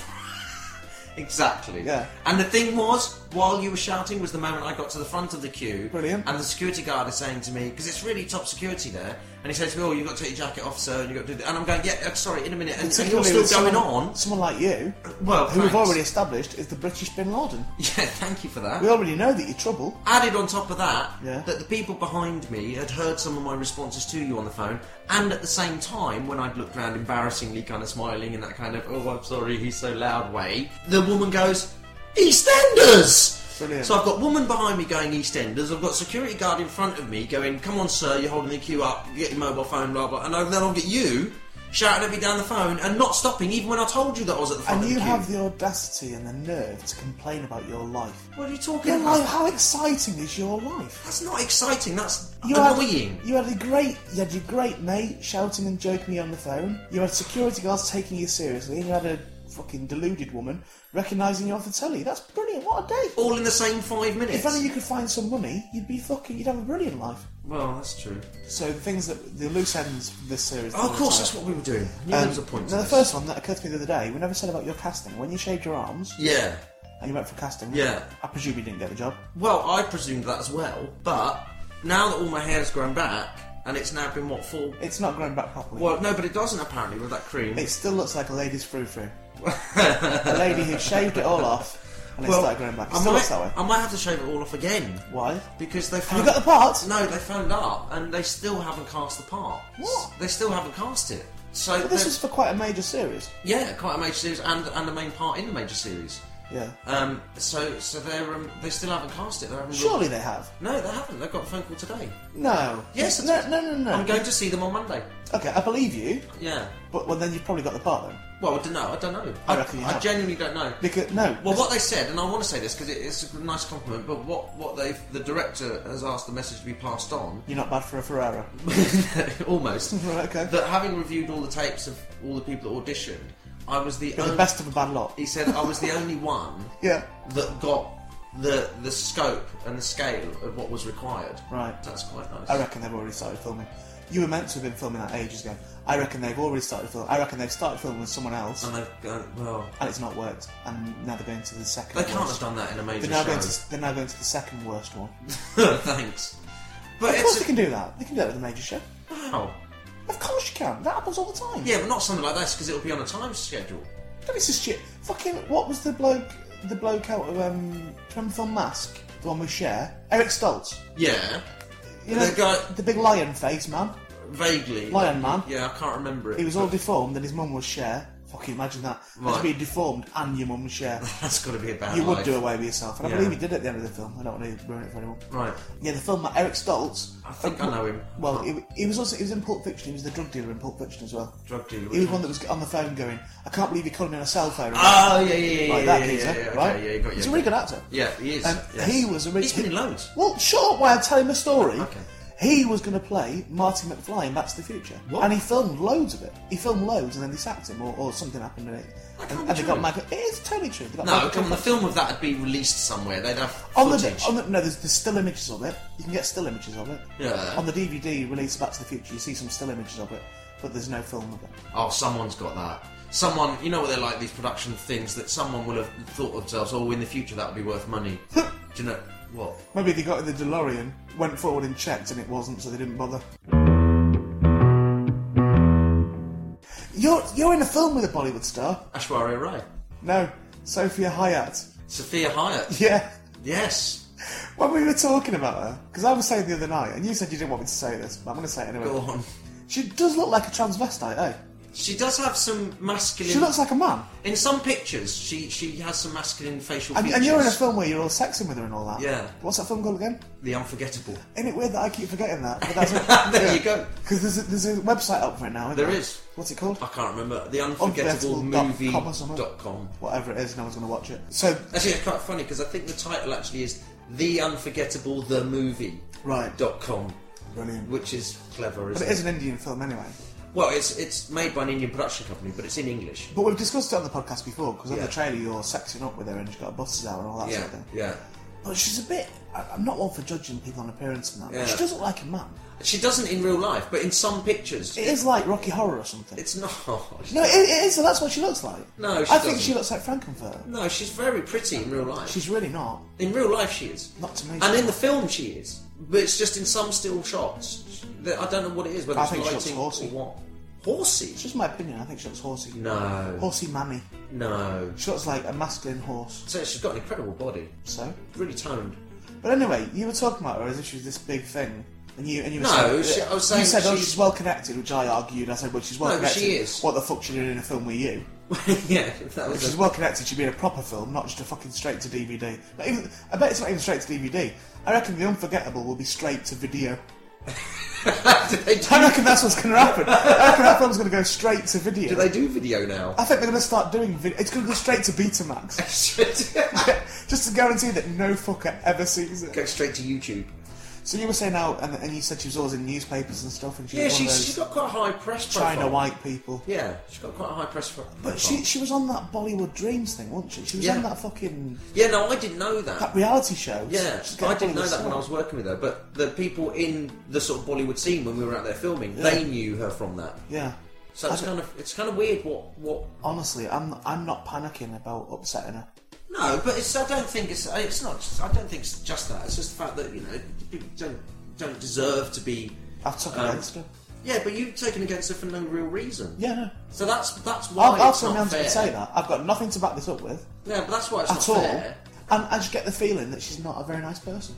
S3: Exactly.
S2: Yeah.
S3: And the thing was, while you were shouting, was the moment I got to the front of the queue.
S2: Brilliant.
S3: And the security guard is saying to me, because it's really top security there, and he says to me, "Oh, you've got to take your jacket off, sir, and you've got to do that." And I'm going, "Yeah, uh, sorry, in a minute." And, and you're
S2: Particularly
S3: still
S2: with
S3: going
S2: someone-
S3: on.
S2: Someone like you,
S3: Well,
S2: who we've
S3: thanks.
S2: already established is the British Bin Laden.
S3: Yeah, thank you for that.
S2: We already know that you're trouble.
S3: Added on top of that,
S2: Yeah.
S3: that the people behind me had heard some of my responses to you on the phone, and at the same time, when I'd looked round, embarrassingly kind of smiling in that kind of "oh, I'm sorry, he's so loud" way, the woman goes, "EastEnders."
S2: Brilliant.
S3: So I've got woman behind me going EastEnders. I've got security guard in front of me going, "Come on, sir, you're holding the queue up. Get your mobile phone, blah blah." And then I'll get you shouting at me down the phone and not stopping, even when I told Oh, you that I was at the front
S2: And
S3: of
S2: you
S3: the queue.
S2: have the audacity and the nerve to complain about your life.
S3: What are you talking
S2: Your
S3: about?
S2: life how exciting is your life?
S3: That's not exciting. That's
S2: You
S3: annoying.
S2: Had, you had a great, you had your great mate shouting and joking you on the phone. You had security guards taking you seriously, and you had a fucking deluded woman recognising you off the telly. That's brilliant. What a day!
S3: all in the same five minutes.
S2: If only you could find some money, you'd be fucking, you'd have a brilliant life.
S3: Well, that's true.
S2: So the things that the loose ends of this series. Um,
S3: Oh, of course, that's what we were doing. Um, I knew there was a point. to
S2: now the
S3: this.
S2: first one that occurred to me the other day, we never said about your casting. When you shaved your arms
S3: Yeah.
S2: and you went for casting,
S3: Yeah.
S2: I presume you didn't get the job.
S3: Well, I presumed that as well, but now that all my hair's grown back and it's now been what full.
S2: It's not growing back properly.
S3: Well, no, but it doesn't apparently with that cream.
S2: It still looks like a lady's frou frou. a lady who shaved it all off and it
S3: well,
S2: started growing back. It
S3: I
S2: still
S3: might,
S2: looks that way.
S3: I might have to shave it all off again
S2: Why?
S3: because they.
S2: Have you
S3: Found,
S2: got the part?
S3: No, they phoned up and they still haven't cast the part.
S2: What?
S3: They still haven't cast it. So
S2: But this
S3: they're-
S2: was for quite a major series.
S3: yeah, quite a major series and and the main part in the major series.
S2: Yeah.
S3: Um, so so they're um, they still haven't cast it. They're having
S2: Surely they have.
S3: No, they haven't. They've got a phone call today.
S2: No.
S3: Yes,
S2: No,
S3: it's-
S2: no, no, no.
S3: I'm going to see them on Monday.
S2: Okay, I believe you,
S3: Yeah.
S2: but well, then you've probably got the part then.
S3: Well, I don't know. I don't know.
S2: I reckon you have.
S3: genuinely don't know.
S2: Because no.
S3: Well, what they said, and I want to say this because it, it's a nice compliment, but what what they have the director has asked the message to be passed on,
S2: You're not bad for a Ferrara.
S3: almost.
S2: Right, okay.
S3: That having reviewed all the tapes of all the people that auditioned, I was the
S2: You're
S3: only.
S2: the best of a bad lot.
S3: He said I was the only one
S2: Yeah.
S3: that got the the scope and the scale of what was required.
S2: Right.
S3: That's quite nice.
S2: I reckon they've already started filming. You were meant to have been filming that ages ago. I reckon they've already started filming. I reckon they've started filming with someone else,
S3: and they've gone, well,
S2: and it's not worked. And now they're going to the second.
S3: they can't
S2: worst.
S3: have done that in a major
S2: They're now,
S3: show.
S2: going to, they're now going to the second worst one.
S3: Thanks. But
S2: Of course
S3: it's
S2: they can do that. They can do that with a major show.
S3: a, wow.
S2: Of course you can. That happens all the time.
S3: Yeah, but not something like this because it'll be on a time schedule.
S2: That is just shit. Fucking, what was the bloke, the bloke out of, um, do you remember Film Mask? The one we share? Eric Stoltz.
S3: Yeah,
S2: You
S3: The guy-
S2: the big lion face man.
S3: vaguely.
S2: Lion man.
S3: Yeah, I can't remember it.
S2: He was all deformed and his mum was share. Fucking imagine that. Just
S3: Right.
S2: be deformed and your mum was share.
S3: That's got to be a bad
S2: You would
S3: life.
S2: do away with yourself. And I
S3: Yeah.
S2: believe he did it at the end of the film. I don't want to ruin it for anyone.
S3: Right.
S2: Yeah, the film that Eric Stoltz.
S3: I think I know him.
S2: Well,
S3: Oh,
S2: he, he was also he was in Pulp Fiction. He was the drug dealer in Pulp Fiction as well.
S3: drug dealer.
S2: He was one that was on the phone going, "I can't believe you're calling me on a cell phone."
S3: Oh yeah, yeah, yeah,
S2: like
S3: yeah,
S2: that
S3: yeah,
S2: geezer,
S3: yeah, yeah,
S2: right?
S3: Okay, yeah, you got you.
S2: He's a really good actor.
S3: Yeah, he is.
S2: And
S3: yes.
S2: he was a really.
S3: He's been in loads.
S2: Well, shut up while I tell him a story.
S3: Okay.
S2: He was going to play Marty McFly in Back to the Future,
S3: What?
S2: and he filmed loads of it. He filmed loads, and then they sacked him, or, or something happened, and, it,
S3: That can't
S2: and,
S3: be
S2: and they got
S3: true.
S2: Michael. It is totally true. They got
S3: No,
S2: Michael
S3: come on, the
S2: Caine.
S3: film of that would be released somewhere. They'd have
S2: On the,
S3: footage.
S2: on the no, there's, there's still images of it. You can get still images of it.
S3: Yeah.
S2: On the DVD released Back to the Future, you see some still images of it, but there's no film of it.
S3: Oh, someone's got that. Someone, you know what they're like, these production things that someone will have thought of themselves, oh, in the future that would be worth money. Do you know what?
S2: Maybe they got in the DeLorean, went forward and checked, and it wasn't, so they didn't bother. You're you're in a film with a Bollywood star.
S3: Ashwarya Rai.
S2: No, Sophia Hayat.
S3: Sophia Hyatt.
S2: Yeah,
S3: Yes.
S2: When we were talking about her, because I was saying the other night, and you said you didn't want me to say this, but I'm going to say it anyway.
S3: Go on.
S2: She does look like a transvestite, eh?
S3: She does have some masculine.
S2: She looks like a man.
S3: in some pictures, she she has some masculine facial
S2: And,
S3: features.
S2: and you're in a film where you're all sexing with her and all that.
S3: Yeah.
S2: What's that film called again?
S3: The unforgettable.
S2: Isn't it weird that I keep forgetting that? But that's
S3: there you go.
S2: Because there's a, there's a website up right now. Isn't
S3: There
S2: there
S3: is.
S2: What's it called?
S3: I can't remember. The unforgettable movie
S2: Unforgettable.com or something.
S3: dot com.
S2: Whatever it is, no one's going to watch it. So
S3: Actually, it's quite funny because I think the title actually is The Unforgettable The Movie
S2: Right.
S3: dot com,
S2: brilliant.
S3: which is clever,
S2: But
S3: isn't
S2: it is an Indian film anyway.
S3: Well, it's it's made by an Indian production company, but it's in English.
S2: But we've discussed it on the podcast before because on
S3: Yeah.
S2: the trailer you're sexing up with her and she's got her buses out and all that
S3: Yeah,
S2: sort of thing.
S3: yeah.
S2: But she's a bit. I, I'm not one for judging people on appearance and that.
S3: Yeah.
S2: But she does look like a man.
S3: She doesn't in real life, but in some pictures,
S2: It is like Rocky Horror or something.
S3: it's not.
S2: no, it, it is. That's what she looks like.
S3: No, she
S2: I think
S3: doesn't.
S2: she looks like Frankenfurter.
S3: No, she's very pretty in real life.
S2: She's really not.
S3: in real life, she is.
S2: Not to me.
S3: And in the film, she is. But it's just in some still shots. that- I don't know what it is, whether
S2: I
S3: it's
S2: think she looks
S3: lighting
S2: horsey.
S3: or what. Horsey?
S2: It's just my opinion. I think she looks horsey.
S3: No,
S2: Horsey mammy.
S3: no.
S2: She looks like a masculine horse.
S3: So she's got an incredible body.
S2: So,
S3: Really toned.
S2: but anyway, you were talking about her as if she was this big thing, and you and you were
S3: No,
S2: saying,
S3: she- I was
S2: you
S3: saying
S2: said oh
S3: she's-
S2: she's well connected, which I argued. I said, well, she's well
S3: No, but
S2: connected.
S3: she is.
S2: What the fuck she doing in a film with you?
S3: yeah, that
S2: If she's
S3: was a,
S2: well connected, she'd be in a proper film, not just a fucking straight to DVD. Not even, I bet it's not even straight to DVD. I reckon the unforgettable will be straight to video.
S3: do, they do,
S2: I reckon that's what's going to happen. I reckon that film's going to go straight to video.
S3: do they do video now?
S2: I think they're going to start doing video. It's going to go straight to Betamax. just to guarantee that no fucker ever sees it.
S3: Go straight to YouTube.
S2: So you were saying now, and, and you said she was always in newspapers and stuff, and she
S3: Yeah,
S2: was one
S3: she's, she's
S2: of those
S3: got quite a high press profile.
S2: China white people.
S3: Yeah, she's got quite a high press pro- profile.
S2: But she she was on that Bollywood Dreams thing, wasn't she? She was
S3: Yeah.
S2: on that fucking
S3: Yeah, no, I didn't know that.
S2: that reality show.
S3: Yeah,
S2: She's
S3: I
S2: got
S3: didn't
S2: Bollywood
S3: know that when I
S2: song.
S3: was working with her, but the people in the sort of Bollywood scene when we were out there filming, they knew her from that.
S2: Yeah.
S3: So it's kind of it's kind of weird what what.
S2: Honestly, I'm I'm not panicking about upsetting her.
S3: No, but it's I don't think it's it's not I don't think it's just that. It's just the fact that you know people don't don't deserve to be.
S2: I've took
S3: Um,
S2: against her.
S3: Yeah, but you've taken against her for no real reason.
S2: Yeah, no.
S3: So that's that's why
S2: I'll, I'll
S3: it's
S2: turn
S3: not
S2: around
S3: fair.
S2: and say that. I've got nothing to back this up with
S3: Yeah, but that's why it's
S2: at
S3: not
S2: all.
S3: fair.
S2: And I just get the feeling that she's not a very nice person.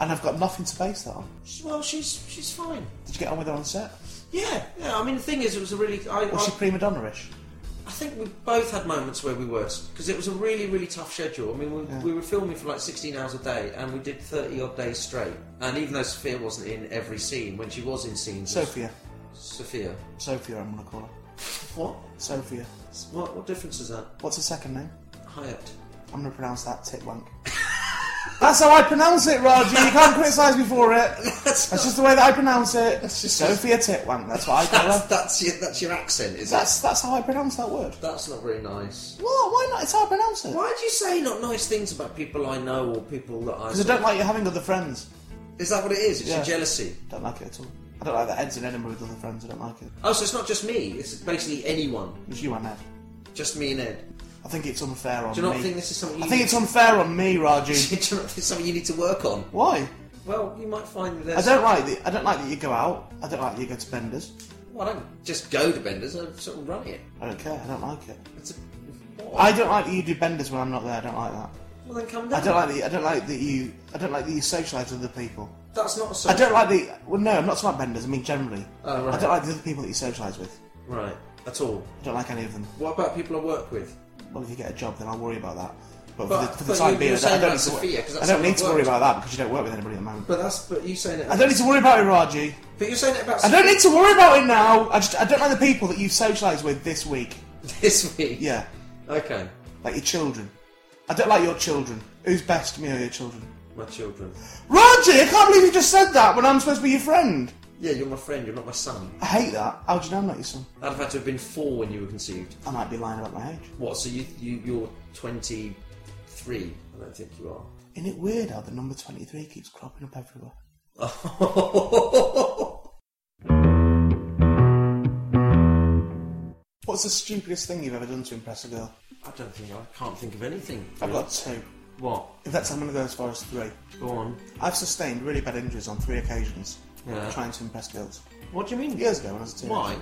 S2: And I've got nothing to base that on.
S3: She- Well, she's she's fine.
S2: Did you get on with her on set?
S3: Yeah, yeah. I mean, the thing is, it was a really. I,
S2: Was
S3: I,
S2: she prima donna-ish?
S3: I think we both had moments where we were because it was a really, really tough schedule. I mean, we, we were filming for like 16 hours a day, and we did 30 odd days straight. And even though Sophia wasn't in every scene, when she was in scenes,
S2: Sophia.
S3: Sophia,
S2: Sophia, I'm going to call her.
S3: what?
S2: Sophia.
S3: What? What difference is that?
S2: What's her second name?
S3: Hyatt.
S2: I'm going to pronounce that tit wank. That's how I pronounce it, Roger. You can't criticise me for it.
S3: That's
S2: That's
S3: not-
S2: just the way that I pronounce it.
S3: just-
S2: Sophia Titwank. That's what I call
S3: That's
S2: her.
S3: that's your that's your accent, is that?
S2: That's that's how I pronounce that word.
S3: That's not very nice.
S2: Well, why not? It's how I pronounce it.
S3: Why do you say not nice things about people I know or people that I?
S2: Because I don't like you having other friends.
S3: Is that what it is? It's
S2: Yeah.
S3: your jealousy.
S2: Don't like it at all. I don't like that Ed's in Edinburgh with other friends. I don't like it.
S3: Oh, so it's not just me. It's basically anyone.
S2: It's you and Ed.
S3: Just me and Ed.
S2: I think it's unfair on
S3: Do you not
S2: me.
S3: think this is something? You
S2: I think it's unfair on me, Raji.
S3: it's something you need to work on.
S2: Why?
S3: Well, you might find that.
S2: I
S3: there's-
S2: don't like the, I don't like that you go out. I don't like that you go to Benders.
S3: Well, I don't just go to Benders. I sort of run it.
S2: I don't care. I don't like it.
S3: It's a,
S2: I don't like that you do Benders when I'm not there. I don't like that.
S3: well, then come
S2: I
S3: down.
S2: don't like the, I don't like that you I don't like that you socialise with other people.
S3: That's not a
S2: I
S3: social.
S2: don't like the well no, I'm not smart benders, I mean generally.
S3: Oh, right.
S2: I don't like the other people that you socialise with.
S3: Right. At all.
S2: I don't like any of them.
S3: What about people I work with?
S2: Well if you get a job then I'll worry about that. But,
S3: But-
S2: for the, for the
S3: but
S2: time
S3: you-
S2: being
S3: you're
S2: I don't, I don't
S3: saying about
S2: need to, wor-
S3: Sophia, 'cause that's
S2: I don't
S3: how
S2: need
S3: it
S2: to worry
S3: works.
S2: about that because you don't work with anybody at the moment.
S3: But that's. But you saying it.
S2: I don't need to worry about it, Raji.
S3: But you're saying it about
S2: I don't need to worry about it now. I just I don't like the people that you've socialised with this week.
S3: this week.
S2: Yeah.
S3: Okay.
S2: Like your children. I don't like your children. Who's best, me or your children?
S3: My children.
S2: Raji, I can't believe you just said that when I'm supposed to be your friend.
S3: Yeah, you're my friend. You're not my son.
S2: I hate that. How do you know I'm not your son?
S3: I'd have had to have been four when you were conceived.
S2: I might be lying about my age.
S3: What? So you you you're 23. I don't think you are.
S2: Isn't it weird how the number 23 keeps cropping up everywhere? What's the stupidest thing you've ever done to impress a girl?
S3: I don't think I can't think of anything.
S2: I've got two.
S3: What?
S2: In fact, I'm going to go as far as three.
S3: Go on.
S2: I've sustained really bad injuries on three occasions
S3: Yeah.
S2: trying to impress girls.
S3: What do you mean?
S2: Years ago when I was a teenager.
S3: Why?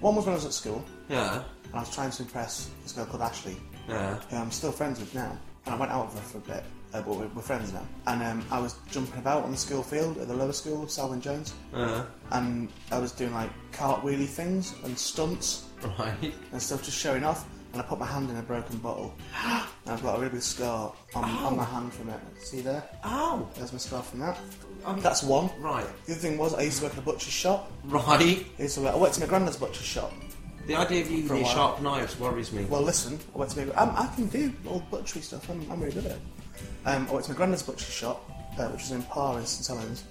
S2: One was when I was at school
S3: Yeah.
S2: and I was trying to impress this girl called Ashley,
S3: Yeah.
S2: who I'm still friends with now. And I went out with her for a bit uh, but we're, we're friends now. And um, I was jumping about on the school field at the lower school, Salvin Jones,
S3: Uh,
S2: and I was doing like cartwheely things and stunts
S3: right.
S2: and stuff, just showing off. And I put my hand in a broken bottle, and I've got a really big scar on, on my hand from it. See there?
S3: Oh,
S2: There's my scar from that.
S3: Um,
S2: That's one.
S3: right,
S2: The other thing was I used to work in a butcher's shop.
S3: right.
S2: I, used to work, I worked in my granddad's butcher's shop.
S3: The idea of you
S2: For a
S3: using
S2: while.
S3: sharp knives worries me.
S2: Well, listen, I went to my, um, I can do all butchery stuff. I'm, I'm really good at it. Um, I went to my granddad's butcher shop, uh, which was in Par in St Helens.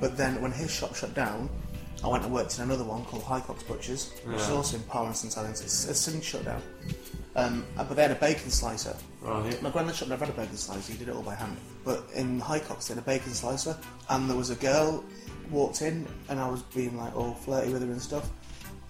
S2: But then when his shop shut down, I went and worked in another one called Highcox Butchers, which is also in Par in St Helens. It's, it's since shut down. Um, uh, but they had a bacon slicer.
S3: Right.
S2: My granddad's shop never had a bacon slicer. He did it all by hand. But in Highcox, they had a bacon slicer, and there was a girl walked in, and I was being like all flirty with her and stuff.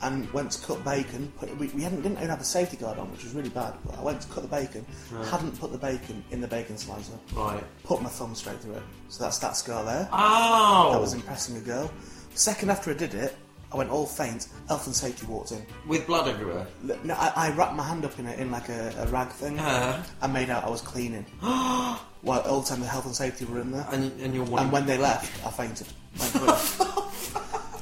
S2: And went to cut bacon. Put, we, we hadn't didn't even have a safety guard on, which was really bad. But I went to cut the bacon, hadn't put the bacon in the bacon slicer.
S3: Right.
S2: Put my thumb straight through it. So that's that scar there.
S3: Oh!
S2: I was impressing a girl. Second after I did it, I went all faint. Health and safety walked in.
S3: With blood everywhere.
S2: Look, No, I, I wrapped my hand up in it in like a, a rag thing.
S3: Uh-huh.
S2: I made out I was cleaning. While all the time the health and safety were in there. And,
S3: And, and you're one.
S2: when they left, I fainted. Like, really.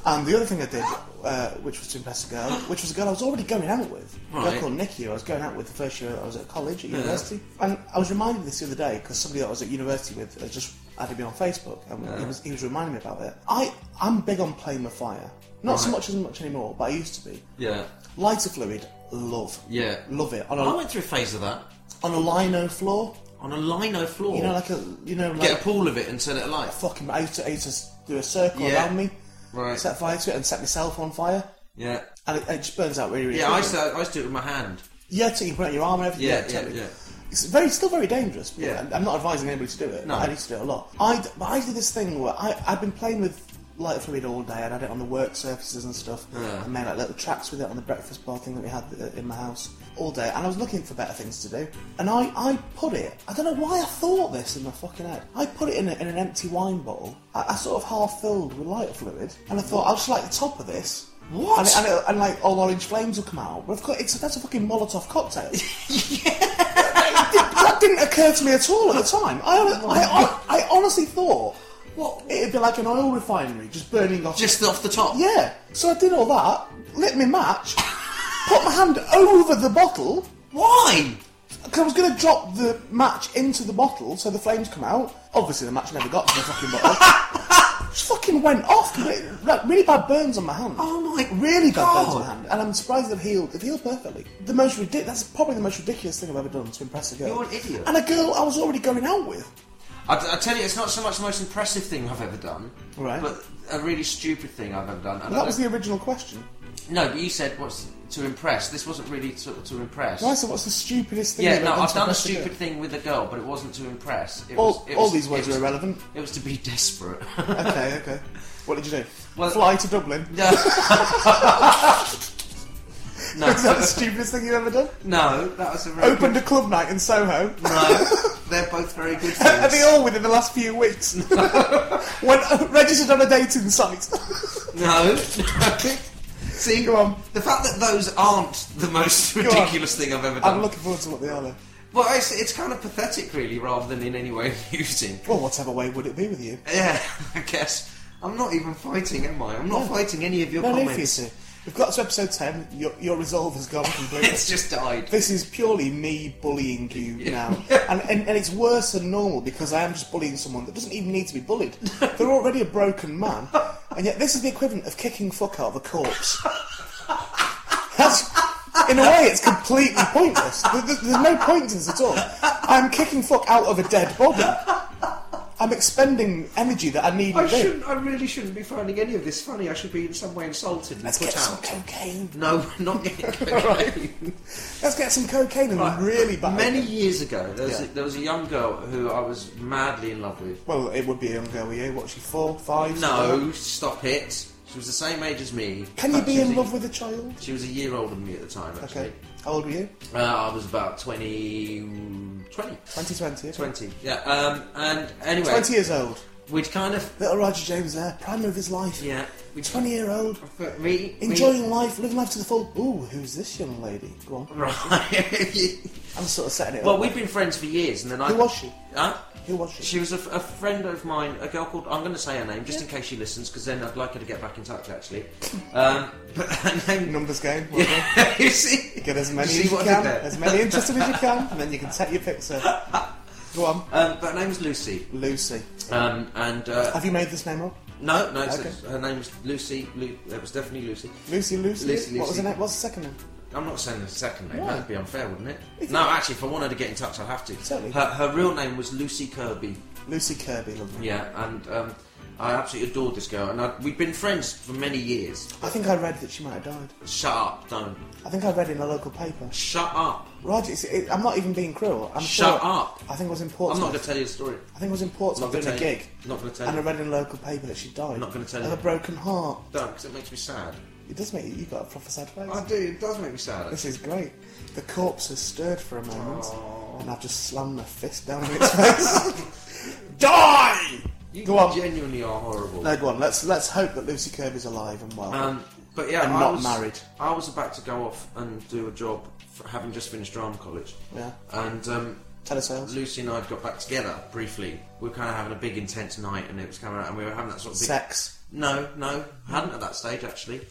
S2: and the other thing I did, uh, which was to impress a girl, which was a girl I was already going out with. A
S3: Right.
S2: girl called Nikki, who I was going out with the first year I was at college, at university. And I was reminded of this the other day because somebody that I was at university with had just added me on Facebook and he, was, he was reminding me about it. I, I'm big on playing with fire. Not so
S3: Right.
S2: much as much anymore, but I used to be.
S3: Yeah.
S2: Lighter fluid, love.
S3: Yeah.
S2: Love it. On a,
S3: I went through a phase of that.
S2: on a lino floor,
S3: On a lino floor.
S2: you know, like a, you know, like
S3: Oh. Get a pool of it and set it alight.
S2: fucking, I used to, I used to do a circle
S3: Yeah.
S2: around me,
S3: Right.
S2: set fire to it and set myself on fire.
S3: Yeah.
S2: And it, it just burns out really, really
S3: Yeah, I used,
S2: quickly.
S3: to, I used to do it with my hand.
S2: Yeah, so you can put out your arm and everything.
S3: Yeah, yeah,
S2: totally.
S3: yeah.
S2: It's very, still very dangerous. but
S3: Yeah.
S2: I'm not advising anybody to do it.
S3: No.
S2: I used to do it a lot. I, d- but I did this thing where I, I've been playing with lighter fluid all day. I'd had it on the work surfaces and stuff.
S3: Yeah.
S2: I made like little tracks with it on the breakfast bar thing that we had uh, in my house all day. And I was looking for better things to do. And I, I put it, I don't know why I thought this in my fucking head. I put it in, a, in an empty wine bottle, I, I sort of half filled with lighter fluid. And I thought, I'll just light the top of this.
S3: What?
S2: And, it- and, it, and like all orange flames will come out. But of course, it's, that's a fucking Molotov cocktail. that didn't occur to me at all at the time. I,
S3: Oh
S2: I, I, I honestly thought
S3: What?
S2: it'd be like an oil refinery just burning off.
S3: Just off the top.
S2: yeah. So I did all that, lit my match, put my hand over the bottle
S3: Why?
S2: because I was going to drop the match into the bottle so the flames come out. Obviously, the match never got to the fucking bottle. Just fucking went off. completely. Like, really bad burns on my hand.
S3: Oh my
S2: Really bad burns on
S3: God.
S2: my hand, and I'm surprised they've healed. They've healed perfectly. The most ridiculous. That's probably the most ridiculous thing I've ever done to impress a girl.
S3: You're an idiot.
S2: And a girl I was already going out with.
S3: I, I tell you, it's not so much the most impressive thing I've ever done,
S2: Right.
S3: But a really stupid thing I've ever done. And
S2: That was the original question.
S3: no, but you said what's to impress. This wasn't really to, to impress.
S2: Right, so what's the stupidest thing?
S3: yeah,
S2: you've
S3: no,
S2: ever done
S3: I've
S2: to
S3: done a
S2: impress girl?
S3: stupid thing with a girl, but it wasn't to impress. It
S2: All,
S3: was, it
S2: all
S3: was-
S2: these words
S3: it
S2: are
S3: was-
S2: irrelevant.
S3: It was to be desperate.
S2: okay, okay. What did you do?
S3: Well-
S2: Fly to Dublin.
S3: no. no,
S2: Is that the stupidest thing you've ever done?
S3: no, that was a very
S2: Opened a club night in Soho.
S3: good- No, they're both very good things.
S2: Are they all within the last few weeks? when uh, registered on a dating site.
S3: No. See,
S2: Go on.
S3: The fact that those aren't the most
S2: on.
S3: ridiculous thing I've ever done.
S2: I'm looking forward to what they are. Though.
S3: Well, it's, it's kind of pathetic, really, rather than in any way amusing.
S2: Well, whatever way would it be with you?
S3: Yeah, I guess. I'm not even fighting, am I? I'm not fighting any of your
S2: No need for you
S3: comments.
S2: to. We've got to episode ten. Your, your resolve has gone completely.
S3: it's just died.
S2: this is purely me bullying you now, and, and and it's worse than normal because I am just bullying someone that doesn't even need to be bullied. They're already a broken man, and yet this is the equivalent of kicking fuck out of a corpse. That's in a way, it's completely pointless. There- there- There's no point in this at all. I'm kicking fuck out of a dead body. I'm expending energy that I need
S3: I
S2: to do.
S3: shouldn't. I really shouldn't be finding any of this funny. I should be in some way insulted and
S2: Let's
S3: put
S2: get some
S3: out.
S2: cocaine.
S3: No, we're not getting cocaine.
S2: Let's get some cocaine and
S3: Right.
S2: really bad.
S3: Many years ago, there was,
S2: Yeah.
S3: a, there was a young girl who I was madly in love with.
S2: Well, it would be a young girl, were you? What's she, four, five?
S3: No, stop it. She was the same age as me.
S2: Can you
S3: but she
S2: be
S3: was
S2: in
S3: a-
S2: love with a child?
S3: She was a year older than me at the time, actually.
S2: Okay. How old were you?
S3: Uh, I was about 20, 20,
S2: 2020.
S3: 20, yeah. Um, and anyway,
S2: 20 years old.
S3: we'd kind of,
S2: Little Roger James there, prime of his life.
S3: yeah, we
S2: 20 year old,
S3: me
S2: enjoying life, living life to the full. Ooh, who's this young lady? Go on.
S3: Right.
S2: I'm sort of setting it
S3: well,
S2: up.
S3: we've been friends for years, and then I.
S2: Who was she?
S3: Huh?
S2: Who was she?
S3: She was a, f- a friend of mine, a girl called. I'm going to say her name just in case she listens, because then I'd like her to get back in touch. Actually, um, but her name.
S2: Numbers game. well done.
S3: Yeah, you see?
S2: Get as many
S3: You see
S2: as you
S3: what I did
S2: can,
S3: there?
S2: as many interested as you can, and then you can set your picture. Go on,
S3: Um, but her name is Lucy,
S2: Lucy.
S3: um, and uh,
S2: Have you made this name up?
S3: no, no, it's-
S2: Okay.
S3: her name was Lucy. Lu- it was definitely Lucy.
S2: Lucy, Lucy.
S3: Lucy,
S2: What was
S3: Lucy.
S2: the name? What's the second name?
S3: I'm not saying the second name.
S2: Why?
S3: That'd be unfair, wouldn't it? No, actually, if I wanted to get in touch, I'd have to.
S2: Certainly.
S3: Her, her real name was Lucy Kirby.
S2: Lucy Kirby. Lovely.
S3: Yeah, and um, I absolutely adored this girl, and I, we'd been friends for many years.
S2: I think I read that she might have died.
S3: Shut up, don't.
S2: I think I read in a local paper.
S3: Shut up.
S2: Roger, it's, it, I'm not even being cruel. I'm sure-
S3: Shut up.
S2: I think it was in
S3: I'm
S2: Portsmouth.
S3: not going to tell you the story.
S2: I think it was in Portsmouth
S3: Not gonna
S2: doing a
S3: tell you.
S2: gig,
S3: Not going to tell
S2: and I
S3: you.
S2: read in a local paper that she died.
S3: not gonna tell
S2: Of
S3: you.
S2: a broken heart.
S3: Don't, because it makes me sad.
S2: It does make you. You got a proper sad face.
S3: I do. It does make me sad.
S2: This is great. The corpse has stirred for a moment, and I've just slammed my fist down on its face. Die!
S3: You
S2: Go on.
S3: genuinely are horrible.
S2: No, go on. Let's let's hope that Lucy Kirby's alive and well.
S3: Um, but yeah,
S2: And
S3: I
S2: not
S3: was,
S2: married.
S3: I was about to go off and do a job, for having just finished drama college.
S2: Yeah.
S3: And um,
S2: Telesales.
S3: Lucy and I got back together briefly. We were kind of having a big intense night, and it was coming out, and we were having that sort of big.
S2: Sex.
S3: No, no, hadn't at that stage actually.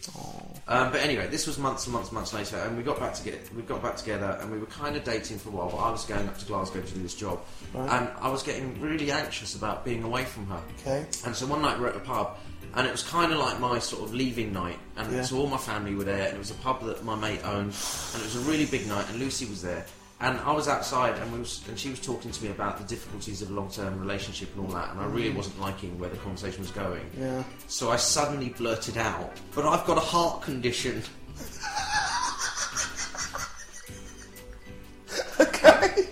S3: Um, but anyway, this was months and months and months later, and we got back to get we got back together, and we were kind of dating for a while. But I was going up to Glasgow to do this job, and I was getting really anxious about being away from her.
S2: Okay.
S3: And so one night we were at a pub, and it was kind of like my sort of leaving night, and
S2: Yeah.
S3: so all my family were there, and it was a pub that my mate owned, and it was a really big night, and Lucy was there, and I was outside, and we was, and she was talking to me about the difficulties of a long-term relationship and all that, and I really wasn't liking where the conversation was going.
S2: Yeah.
S3: So I suddenly blurted out, "But I've got a heart condition."
S2: Okay.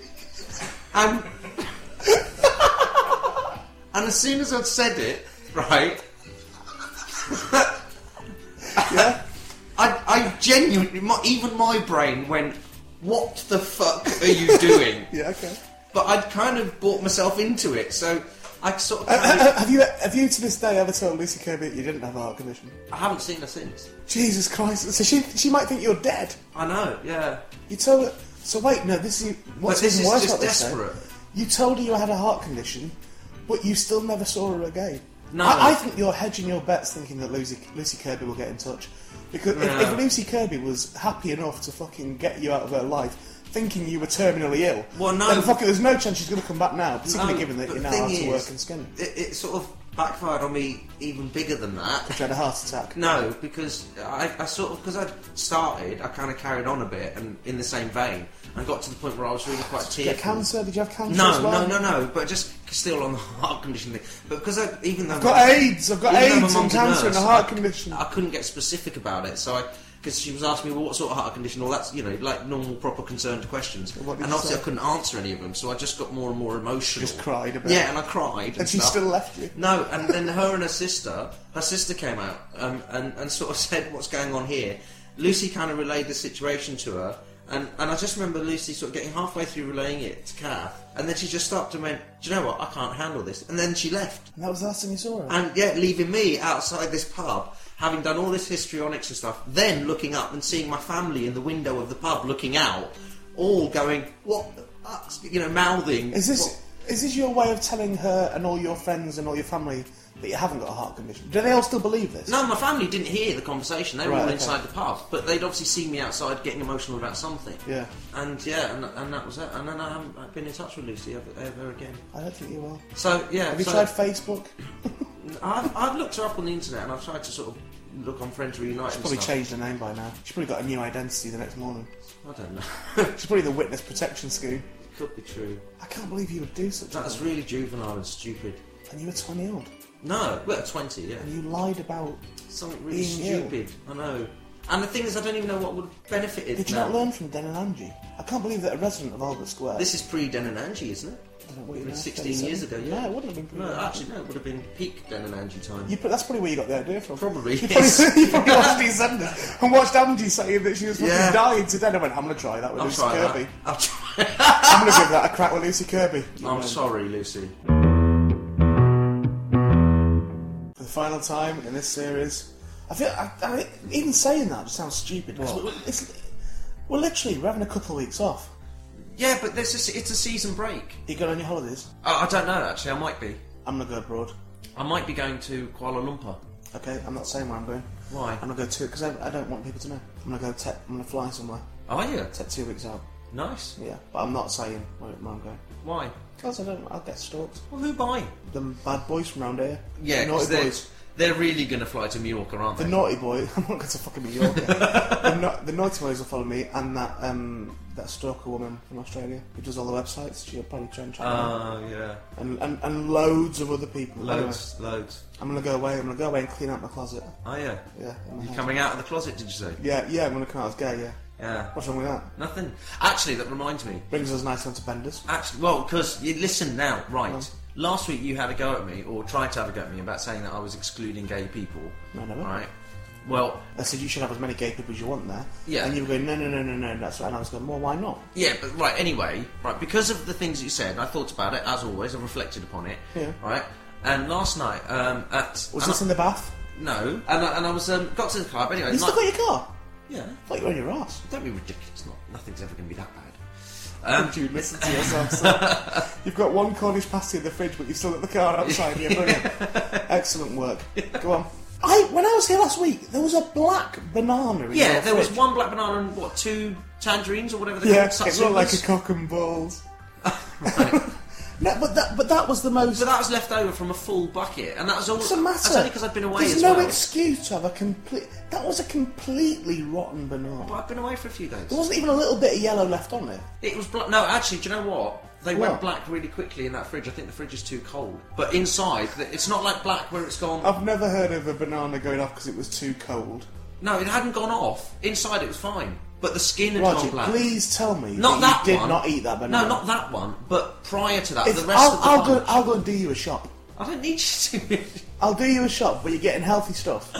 S3: And and as soon as I'd said it, right,
S2: Yeah.
S3: I, I genuinely, my, even my brain went, "What the fuck are you doing?"
S2: Yeah. Okay.
S3: But I'd kind of bought myself into it, so I sort of.
S2: Uh,
S3: Kind
S2: uh, have you have you to this day ever told Lucy Kirby that you didn't have a heart condition?
S3: I haven't seen her since.
S2: Jesus Christ! So she she might think you're dead.
S3: I know, yeah.
S2: You told her. So wait, no. This is what's
S3: But this
S2: even
S3: is
S2: worse
S3: just
S2: about this, though,
S3: desperate.
S2: You told her you had a heart condition, but you still never saw her again.
S3: No.
S2: I, I think you're hedging your bets, thinking that Lucy Lucy Kirby will get in touch, because
S3: No.
S2: if, if Lucy Kirby was happy enough to fucking get you out of her life, thinking you were terminally ill,
S3: Well, no.
S2: then fucking there's no chance she's going to come back now, particularly
S3: No,
S2: given that
S3: Um, but
S2: you're now
S3: the thing
S2: out of
S3: is,
S2: work and skinny.
S3: It, it sort of backfired on me even bigger than
S2: She
S3: that.
S2: had a heart attack.
S3: No, because I, I sort of because I started, I kind of carried on a bit, and in the same vein, and got to the point where I was really quite
S2: Did you
S3: tearful.
S2: get cancer? Did you have cancer?
S3: No,
S2: as well?
S3: no, no, no. But just still on the heart condition thing. But because I, even though
S2: I've got AIDS. I've got
S3: Even though my
S2: AIDS and
S3: mum's a
S2: cancer and
S3: nurse,
S2: a heart
S3: I-
S2: condition.
S3: I couldn't get specific about it, so I because she was asking me well, what sort of heart condition, all that's you know like normal, proper, concerned questions, and
S2: what did you
S3: obviously
S2: say?
S3: I couldn't answer any of them, so I just got more and more emotional.
S2: Just cried a bit.
S3: Yeah, and I cried. And,
S2: And she
S3: stuff.
S2: still left you.
S3: No, and then her and her sister, her sister came out um, and and sort of said, "What's going on here?" Lucy kind of relayed the situation to her. And, and I just remember Lucy sort of getting halfway through relaying it to Kath, and then she just stopped and went, "Do you know what? I can't handle this." And then she left
S2: And that was the last time you saw her.
S3: and yeah, leaving me outside this pub, having done all this histrionics and stuff, then looking up and seeing my family in the window of the pub looking out, all going, "What?" the fuck's-" You know, mouthing.
S2: Is this
S3: "What-"
S2: is this your way of telling her and all your friends and all your family that you haven't got a heart condition? Do they all still believe this?
S3: No, my family didn't hear the conversation. They were
S2: Right,
S3: all
S2: okay.
S3: inside the pub, but they'd obviously seen me outside getting emotional about something.
S2: Yeah.
S3: And yeah, and, and that was it. And then I haven't been in touch with Lucy ever, ever again.
S2: I don't think you will.
S3: So yeah,
S2: Have you
S3: so-
S2: tried Facebook?
S3: I've, I've looked her up on the internet and I've tried to sort of look on Friends Reunite. and
S2: Probably
S3: stuff.
S2: changed her name by now. She's probably got a new identity the next morning.
S3: I don't know.
S2: She's probably the witness protection scheme.
S3: Could be true.
S2: I can't believe you would do such a
S3: That's
S2: thing.
S3: really juvenile and stupid.
S2: And you were 20 odd.
S3: No, we're at 20, yeah.
S2: And you lied about.
S3: Something really
S2: Being ill.
S3: stupid, I know. And the thing is, I don't even know what would have benefited
S2: Did you
S3: now.
S2: not learn from Den and Angie? I can't believe that a resident of Albert Square.
S3: This is pre Den and Angie, isn't it?
S2: I don't know what you
S3: It was
S2: know,
S3: 16 years ago,
S2: 37?
S3: yeah.
S2: No, it wouldn't have been pre-
S3: No, actually, no, it would have been peak Den and Angie time.
S2: You, put- that's probably where you got the idea from.
S3: Probably,
S2: You
S3: yes.
S2: probably, you probably watched these Enders and watched Angie saying that she was fucking
S3: Yeah.
S2: dying to death. I went, I'm going to try that with
S3: I'll
S2: Lucy
S3: try
S2: Kirby.
S3: that. I'll try
S2: I'm going to give that a crack with Lucy Kirby.
S3: I'm sorry, Lucy.
S2: For the final time in this series, I feel. I, I, even saying that just sounds stupid. 'cause
S3: What?
S2: We're, it's, we're literally we're having a couple of weeks off.
S3: Yeah, but there's a se- it's a season break.
S2: You got any holidays?
S3: I, I don't know actually. I might be.
S2: I'm gonna go abroad.
S3: I might be going to Kuala Lumpur.
S2: Okay, I'm not saying where I'm going.
S3: Why?
S2: I'm gonna go to because I, I don't want people to know. I'm gonna go. Te- I'm gonna fly somewhere.
S3: Are you?
S2: Take two weeks out.
S3: Nice.
S2: Yeah, but I'm not saying where, where I'm going.
S3: Why?
S2: Because I don't. I'll get stalked.
S3: Well, who by?
S2: The bad boys from round here.
S3: Yeah,
S2: the
S3: 'cause
S2: naughty
S3: they're,
S2: boys.
S3: they're really going to fly to Mallorca, aren't they?
S2: The naughty boy. I'm not going to fucking New York. the, na- the naughty boys will follow me, and that um that stalker woman from Australia who does all the websites. She'll probably try and track me down.
S3: Ah, yeah.
S2: and, and and loads of other people. Anyway,
S3: Loads, loads.
S2: I'm gonna go away. I'm gonna go away and clean out my closet.
S3: Oh, yeah.
S2: Yeah. in my
S3: You're
S2: house.
S3: coming out of the closet, did you say?
S2: Yeah, yeah. I'm gonna come out as gay. Yeah.
S3: Yeah.
S2: What's wrong with that?
S3: Nothing. Actually, that reminds me.
S2: Brings us nice onto Benders.
S3: Actually, well, because you listen now, right?
S2: Mm.
S3: Last week you had a go at me, or tried to have a go at me, about saying that I was excluding gay people.
S2: No, no, no.
S3: Right. Well,
S2: I said you should have as many gay people as you want there.
S3: Yeah.
S2: And you were going, no, no, no, no, no. That's right. And I was going, well, why not?
S3: Yeah, but right, anyway, right, because of the things you said, I thought about it, as always, I reflected upon it,
S2: Yeah.
S3: right? And last night, um, at...
S2: Was
S3: and
S2: this
S3: I-
S2: in the bath?
S3: No, and I, and I was, um, got to the club, anyway...
S2: You still
S3: night-
S2: got your car?
S3: Yeah,
S2: I thought you were on your ass.
S3: don't be ridiculous, not, nothing's ever going to be that bad. Um,
S2: Dude, listen to yourself. sir. You've got one Cornish pasty in the fridge, but you've still got the car outside. Yeah, brilliant. Excellent work. Go on. I when I was here last week, there was a black banana. In
S3: Yeah,
S2: your
S3: there was
S2: fridge.
S3: one black banana and, what, two tangerines or whatever they're
S2: Yeah,
S3: called?
S2: it looked like a
S3: satsumas?
S2: cock and balls.
S3: Right.
S2: No, but that but that was the most.
S3: So that was left over from a full bucket, and that was all...
S2: What's the matter?
S3: That's only because I've been away
S2: There's
S3: as
S2: no
S3: well.
S2: excuse to have a complete. That was a completely rotten banana.
S3: But I've been away for a few days.
S2: There wasn't even a little bit of yellow left on it.
S3: It was black. No, actually, do you know what? They
S2: What?
S3: went black really quickly in that fridge. I think the fridge is too cold. But inside, th- it's not like black where it's gone.
S2: I've never heard of a banana going off because it was too cold.
S3: No, it hadn't gone off. Inside, it was fine. But the skin had
S2: Roger,
S3: gone black.
S2: please tell me
S3: Not
S2: that,
S3: that
S2: you did
S3: one.
S2: not eat that banana.
S3: No, not that one. But prior to that,
S2: If-
S3: the rest
S2: I'll,
S3: of the
S2: I'll go,
S3: bunch-
S2: I'll go and do you a shop.
S3: I don't need you to.
S2: I'll do you a shop where you're getting healthy stuff.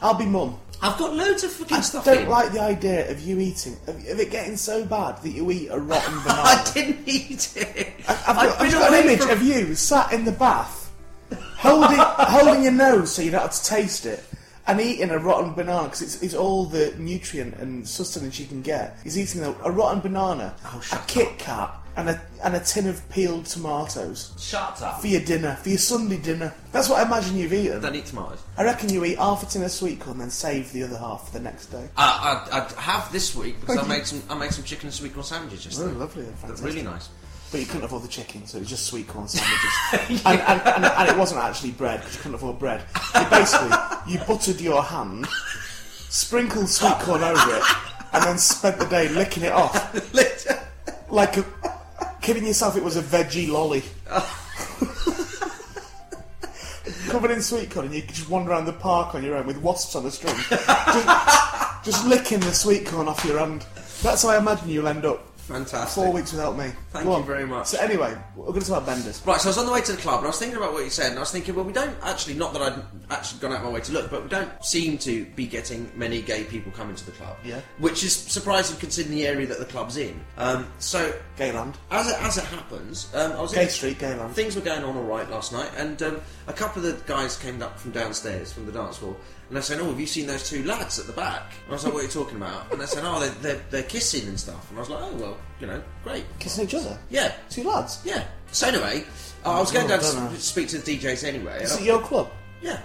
S2: I'll be mum.
S3: I've got loads of fucking
S2: I
S3: stuff
S2: don't
S3: in.
S2: like the idea of you eating, of, of it getting so bad that you eat a rotten banana.
S3: I didn't eat it.
S2: I've got, I've got an image of you sat in the bath, holding holding your nose so you don't have to taste it, and eating a rotten banana because it's, it's all the nutrient and sustenance you can get. He's eating a, a rotten banana, a Kit Kat, and a and a tin of peeled tomatoes
S3: Shut up.
S2: for your dinner, for your Sunday dinner. That's what I imagine you've eaten.
S3: Don't eat tomatoes.
S2: I reckon you eat half a tin of sweet corn, then save the other half for the next day.
S3: I, I, I have this week because I made some. I made some chicken and sweet corn sandwiches. Just
S2: Oh,
S3: then.
S2: lovely,
S3: They're
S2: fantastic.
S3: really nice.
S2: But you couldn't afford the chicken, so it was just sweet corn sandwiches. and, and, and, and it wasn't actually bread, because you couldn't afford bread. You basically, you buttered your hand, sprinkled sweet corn over it, and then spent the day licking it off. like a, kidding yourself it was a veggie lolly. Covered in sweet corn, and you could just wander around the park on your own with wasps on a string, just, just licking the sweet corn off your hand. That's how I imagine you'll end up.
S3: Fantastic.
S2: Four weeks without me.
S3: Thank
S2: Go
S3: you
S2: on.
S3: very much.
S2: So anyway, we're going to talk about Benders.
S3: Right, so I was on the way to the club and I was thinking about what you said, and I was thinking, well, we don't actually, not that I'd actually gone out of my way to look, but we don't seem to be getting many gay people coming to the club.
S2: Yeah.
S3: Which is surprising considering the area that the club's in. Um, so,
S2: Gayland.
S3: as it, as it happens, um, I was
S2: Gay
S3: in-
S2: Street, Gayland.
S3: Things were going on all right last night, and um, a couple of the guys came up from downstairs from the dance floor, and they said, "Oh, have you seen those two lads at the back?" And I was like, "What are you talking about?" And they said, "Oh, they're, they're, they're kissing and stuff." And I was like, "Oh, well, you know, great."
S2: Kissing each other.
S3: Yeah,
S2: Two lads.
S3: yeah. So anyway, uh, I was going
S2: Oh,
S3: down
S2: don't know.
S3: to s- speak to the DJs anyway. and
S2: Is
S3: I-
S2: it your club?
S3: yeah.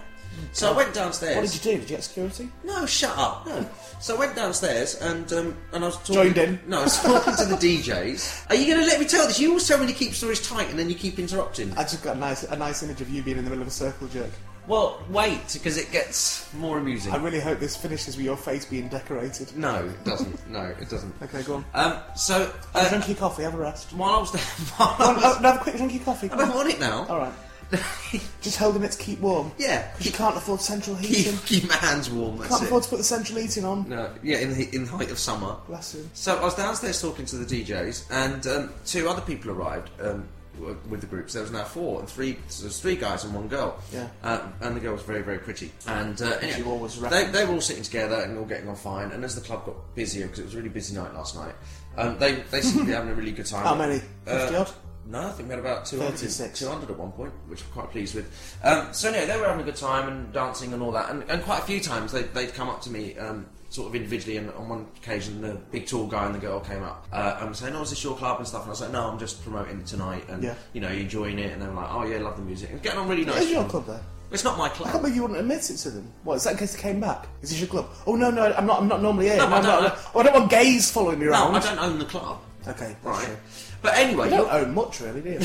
S3: So I went downstairs.
S2: What did you do? Did you get security?
S3: No, shut up. No. So I went downstairs and um, and I was talking.
S2: Joined in.
S3: No, I was talking to the DJs. Are you going to let me tell this? You always tell me to keep stories tight, and then you keep interrupting.
S2: I just got a nice, a nice image of you being in the middle of a circle jerk.
S3: Well, wait, because it gets more amusing.
S2: I really hope this finishes with your face being decorated.
S3: No, it doesn't. No, it doesn't.
S2: Okay, go on.
S3: Um. So
S2: Have a
S3: uh,
S2: drink your coffee, have a rest.
S3: while I was there, while
S2: Go
S3: I,
S2: on,
S3: was,
S2: oh, no, have a quick drink your coffee.
S3: I don't want it now.
S2: Alright. Just holding it to keep warm.
S3: yeah.
S2: Because you
S3: Keep,
S2: can't afford central heating.
S3: keep, keep my hands warm. That's
S2: Can't
S3: it.
S2: afford to put the central heating on.
S3: No, yeah, in the, in the height of summer.
S2: Bless him.
S3: So I was downstairs talking to the DJs, and um, two other people arrived um, w- with the groups. There was now four, and three, so there was three guys and one girl.
S2: Yeah.
S3: Um, and the girl was very, very pretty. And uh, anyway,
S2: you always
S3: they,
S2: reckon.
S3: they were all sitting together and all getting on fine. And as the club got busier, because it was a really busy night last night, um, they, they seemed to be having a really good time.
S2: How many? 50
S3: Uh,
S2: odd?
S3: no, I think we had about 200,
S2: 36.
S3: 200 at one point, which I'm quite pleased with. Um, so anyway, they were having a good time and dancing and all that, and, and quite a few times they, they'd come up to me um, sort of individually. And on one occasion, the big tall guy and the girl came up uh, and were saying, "Oh, is this your club and stuff?" And I was like, "No, I'm just promoting it tonight." And
S2: Yeah.
S3: you know, you join it, and they were like, "Oh yeah, love the music." It's getting on really nice.
S2: Is your club there?
S3: It's not my
S2: I can't
S3: club.
S2: believe you wouldn't admit it to them. What, is that in case they came back? Is this your club? Oh, no, no, I'm not, I'm not normally here.
S3: No, I
S2: I'm
S3: don't-
S2: not, oh, I don't want gays following me
S3: No,
S2: around.
S3: I don't own the club.
S2: Okay, that's
S3: Right.
S2: true.
S3: But anyway,
S2: You
S3: your,
S2: don't own much, really, do you?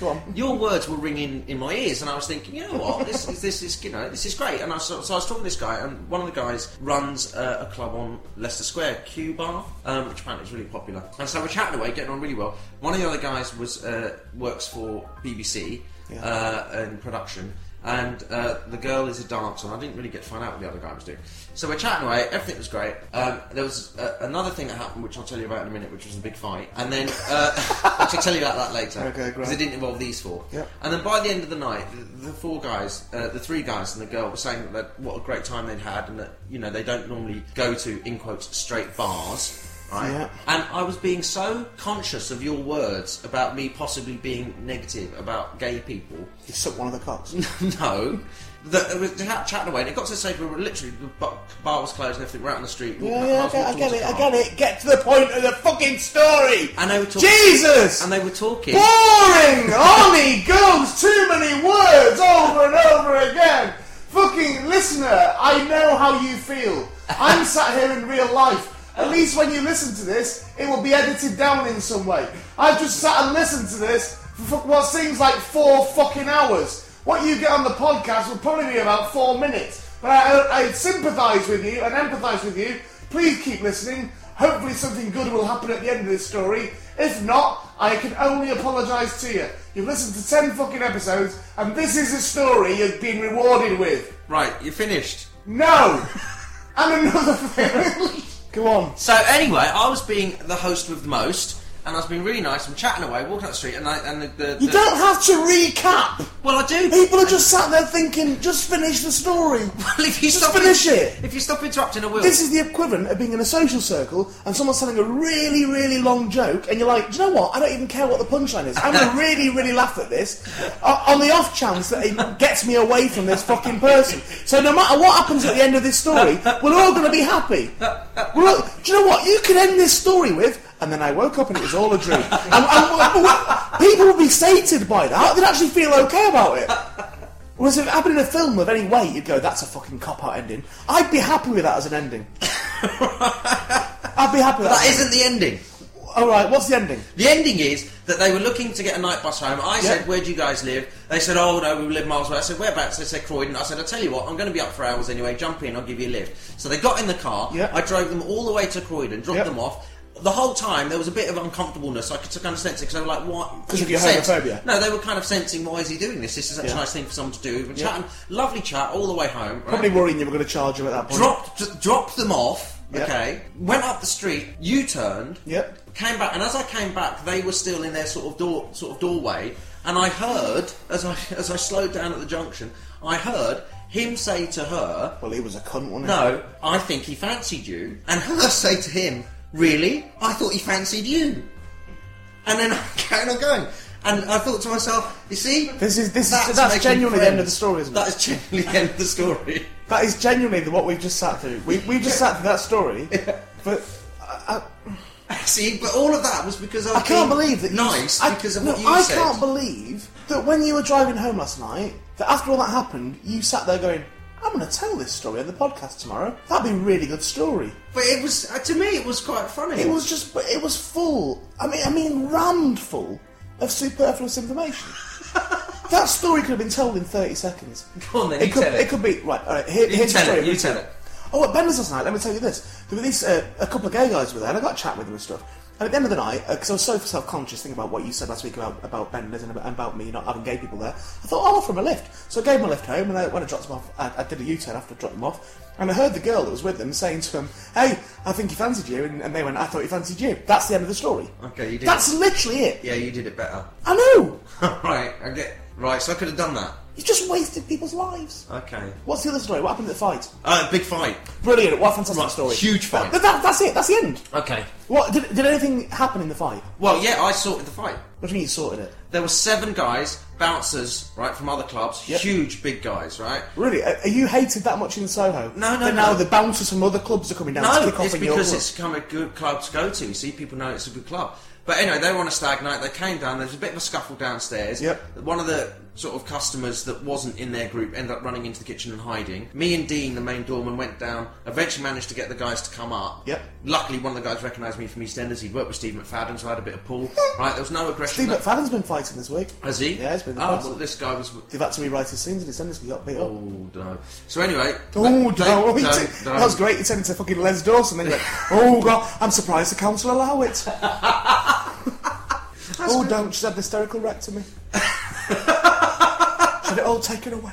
S2: Go on.
S3: your words were ringing in my ears, and I was thinking, you know what, this is this is you know this is great. And I so, so I was talking to this guy, and one of the guys runs uh, a club on Leicester Square, Q Bar, um, which apparently is really popular. And so we're chatting away, getting on really well. One of the other guys was uh, works for BBC
S2: Yeah.
S3: uh, in production. And uh, the girl is a dancer, and I didn't really get to find out what the other guy was doing. So we're chatting away, everything was great. Um, there was uh, another thing that happened, which I'll tell you about in a minute, which was a big fight. And then, uh, which I'll tell you about that later.
S2: Okay, great.
S3: Because it didn't involve these four.
S2: Yep.
S3: And then by the end of the night, the, the four guys, uh, the three guys and the girl were saying that they'd- what a great time they'd had and that, you know, they don't normally go to, in quotes, straight bars. Right?
S2: Yeah.
S3: And I was being so conscious of your words about me possibly being negative about gay people
S2: You suck one of the
S3: Mm.
S2: cocks.
S3: no. That it was chat- chatting away, and it got to the stage where we were literally the bar, bar was closed and everything. We're out on the street. walking
S2: Yeah,
S3: up
S2: yeah, I
S3: cars,
S2: get, I
S3: walked
S2: get it,
S3: towards the
S2: I
S3: car.
S2: get it. Get to the point of the fucking story!
S3: And they were talking.
S2: Jesus!
S3: And they were talking.
S2: Boring! Arnie goes too many words over and over again! Fucking listener, I know how you feel. I'm sat here in real life. At least when you listen to this, it will be edited down in some way. I've just sat and listened to this for fuck- what seems like four fucking hours. What you get on the podcast will probably be about four minutes. But I, I sympathise with you and empathise with you. Please keep listening. Hopefully, something good will happen at the end of this story. If not, I can only apologise to you. You've listened to ten fucking episodes, and this is a story you've been rewarded with.
S3: Right, you're finished.
S2: No! and another thing. Go on.
S3: So anyway, I was being the host with the most, and I was being really nice. I'm chatting away, walking up the street, and I and the, the,
S2: You
S3: the-
S2: don't have to recap!
S3: Well, I do.
S2: People are just sat there thinking, just finish the story.
S3: Well, if you
S2: just
S3: stop
S2: finish it.
S3: If you stop interrupting, I will.
S2: This is the equivalent of being in a social circle and someone's telling a really, really long joke, and you're like, do you know what? I don't even care what the punchline is. I'm going to really, really laugh at this uh, on the off chance that it gets me away from this fucking person. So no matter what happens at the end of this story, we're all going to be happy. We're all, do you know what? You could end this story with, and then I woke up and it was all a dream. And, and, and, and people would be sated by that. They'd actually feel okay about it. Whereas if it happened in a film of any weight, you'd go, that's a fucking cop out ending. I'd be happy with that as an ending. I'd be happy with that.
S3: that isn't the ending.
S2: Alright, what's the ending?
S3: The ending is that they were looking to get a night bus home. I
S2: Yeah.
S3: said, "Where do you guys live?" They said, "Oh no, we live miles away." I said, "Whereabouts?" They said, "Croydon." I said, "I tell you what, I'm going to be up for hours anyway. Jump in, I'll give you a lift." So they got in the car.
S2: Yeah.
S3: I drove them all the way to Croydon, dropped
S2: Yeah.
S3: them off. The whole time there was a bit of uncomfortableness. I could took understand because they were like, "What?"
S2: 'Cause of
S3: you
S2: your
S3: could sense-
S2: homophobia.
S3: No, they were kind of sensing, "Why is he doing this? This is such
S2: Yeah.
S3: a nice thing for someone to do." We were chatting, lovely chat all the way home. right?
S2: Probably worrying you were going to charge him at that point.
S3: dropped d- dropped them off.
S2: Yep.
S3: Okay, went up the street, U turned.
S2: Yep.
S3: Came back, and as I came back, they were still in their sort of door, sort of doorway, and I heard as I as I slowed down at the junction, I heard him say to her,
S2: Well, he was a cunt, wasn't he?
S3: "No, I think he fancied you," and her say to him, "Really? I thought he fancied you," and then I'm carrying on going. And I thought to myself, you see,
S2: This is- this is- that's
S3: making
S2: genuinely the end of the story, isn't it?
S3: That is genuinely the end of the story.
S2: That is genuinely the- what we've just sat through. We, we've just sat through that story, but
S3: See, but all of that was because I,
S2: I
S3: was
S2: can't
S3: being
S2: believe that you-
S3: nice
S2: I-
S3: because of
S2: no,
S3: what you
S2: I
S3: said.
S2: can't believe that when you were driving home last night, that after all that happened, you sat there going, I'm going to tell this story on the podcast tomorrow. That'd be a really good story.
S3: but it was uh, to me, it was quite funny.
S2: It was just, but it was full. I mean, I mean, rammed full of superfluous information. that story could have been told in thirty seconds.
S3: Go on then,
S2: it
S3: you
S2: could,
S3: tell it.
S2: could be right. All right, here,
S3: You
S2: here's the
S3: tell
S2: story.
S3: it, you tell it.
S2: Oh, at Bender's last night. Let me tell you this: there were these uh, a couple of gay guys were there, and I got a chat with them and stuff. And at the end of the night, because I was so self-conscious thinking about what you said last week about, about Bender's and about, about me not having gay people there, I thought, oh, I'll offer them a lift. So I gave them a lift home, and I, when I dropped them off, I, I did a U-turn after I dropped them off, and I heard the girl that was with them saying to them, hey, I think he fancied you, and, and they went, I thought he fancied you. That's the end of the story.
S3: Okay, you did.
S2: That's literally it.
S3: yeah, you did it better.
S2: I know.
S3: right, I get right. So I could have done that.
S2: You've just wasted people's lives.
S3: Okay.
S2: What's the other story? What happened at the fight?
S3: Uh, big fight.
S2: Brilliant! What a fantastic
S3: Right,
S2: story.
S3: huge fight.
S2: But that, that's it. That's the end.
S3: Okay.
S2: What did, did anything happen in the fight?
S3: Well, yeah, I sorted the fight.
S2: What do you mean you sorted it?
S3: There were seven guys, bouncers, right, from other clubs,
S2: Yep.
S3: huge big guys, right?
S2: Really? Are are you hated that much in Soho?
S3: No, no,
S2: That now
S3: no.
S2: the bouncers from other clubs are coming down to
S3: No,
S2: kick off
S3: it's
S2: in your
S3: because
S2: club.
S3: it's become a good club to go to. You see, people know it's a good club. But anyway, they were on a stag night. They came down. There was a bit of a scuffle downstairs.
S2: Yep.
S3: One of the sort of customers that wasn't in their group ended up running into the kitchen and hiding. Me and Dean, the main doorman, went down. Eventually, managed to get the guys to come up.
S2: Yep.
S3: Luckily, one of the guys recognised me from EastEnders. He'd worked with Steve McFadden, so I had a bit of pull. right. There was no aggression.
S2: Steve McFadden's been fighting this week.
S3: Has he?
S2: Yeah, he's been the
S3: Oh,
S2: boss.
S3: well, this guy was.
S2: They've had to rewrite his scenes and his sentence. He got beat up.
S3: Oh no. So anyway.
S2: Oh,
S3: they-
S2: no,
S3: they-
S2: that was great. He turned into fucking Les Dawson. Then he's like, oh, God, I'm surprised the council allow it. oh, don't. She's had an hysterical wreck to me. Should it all taken away?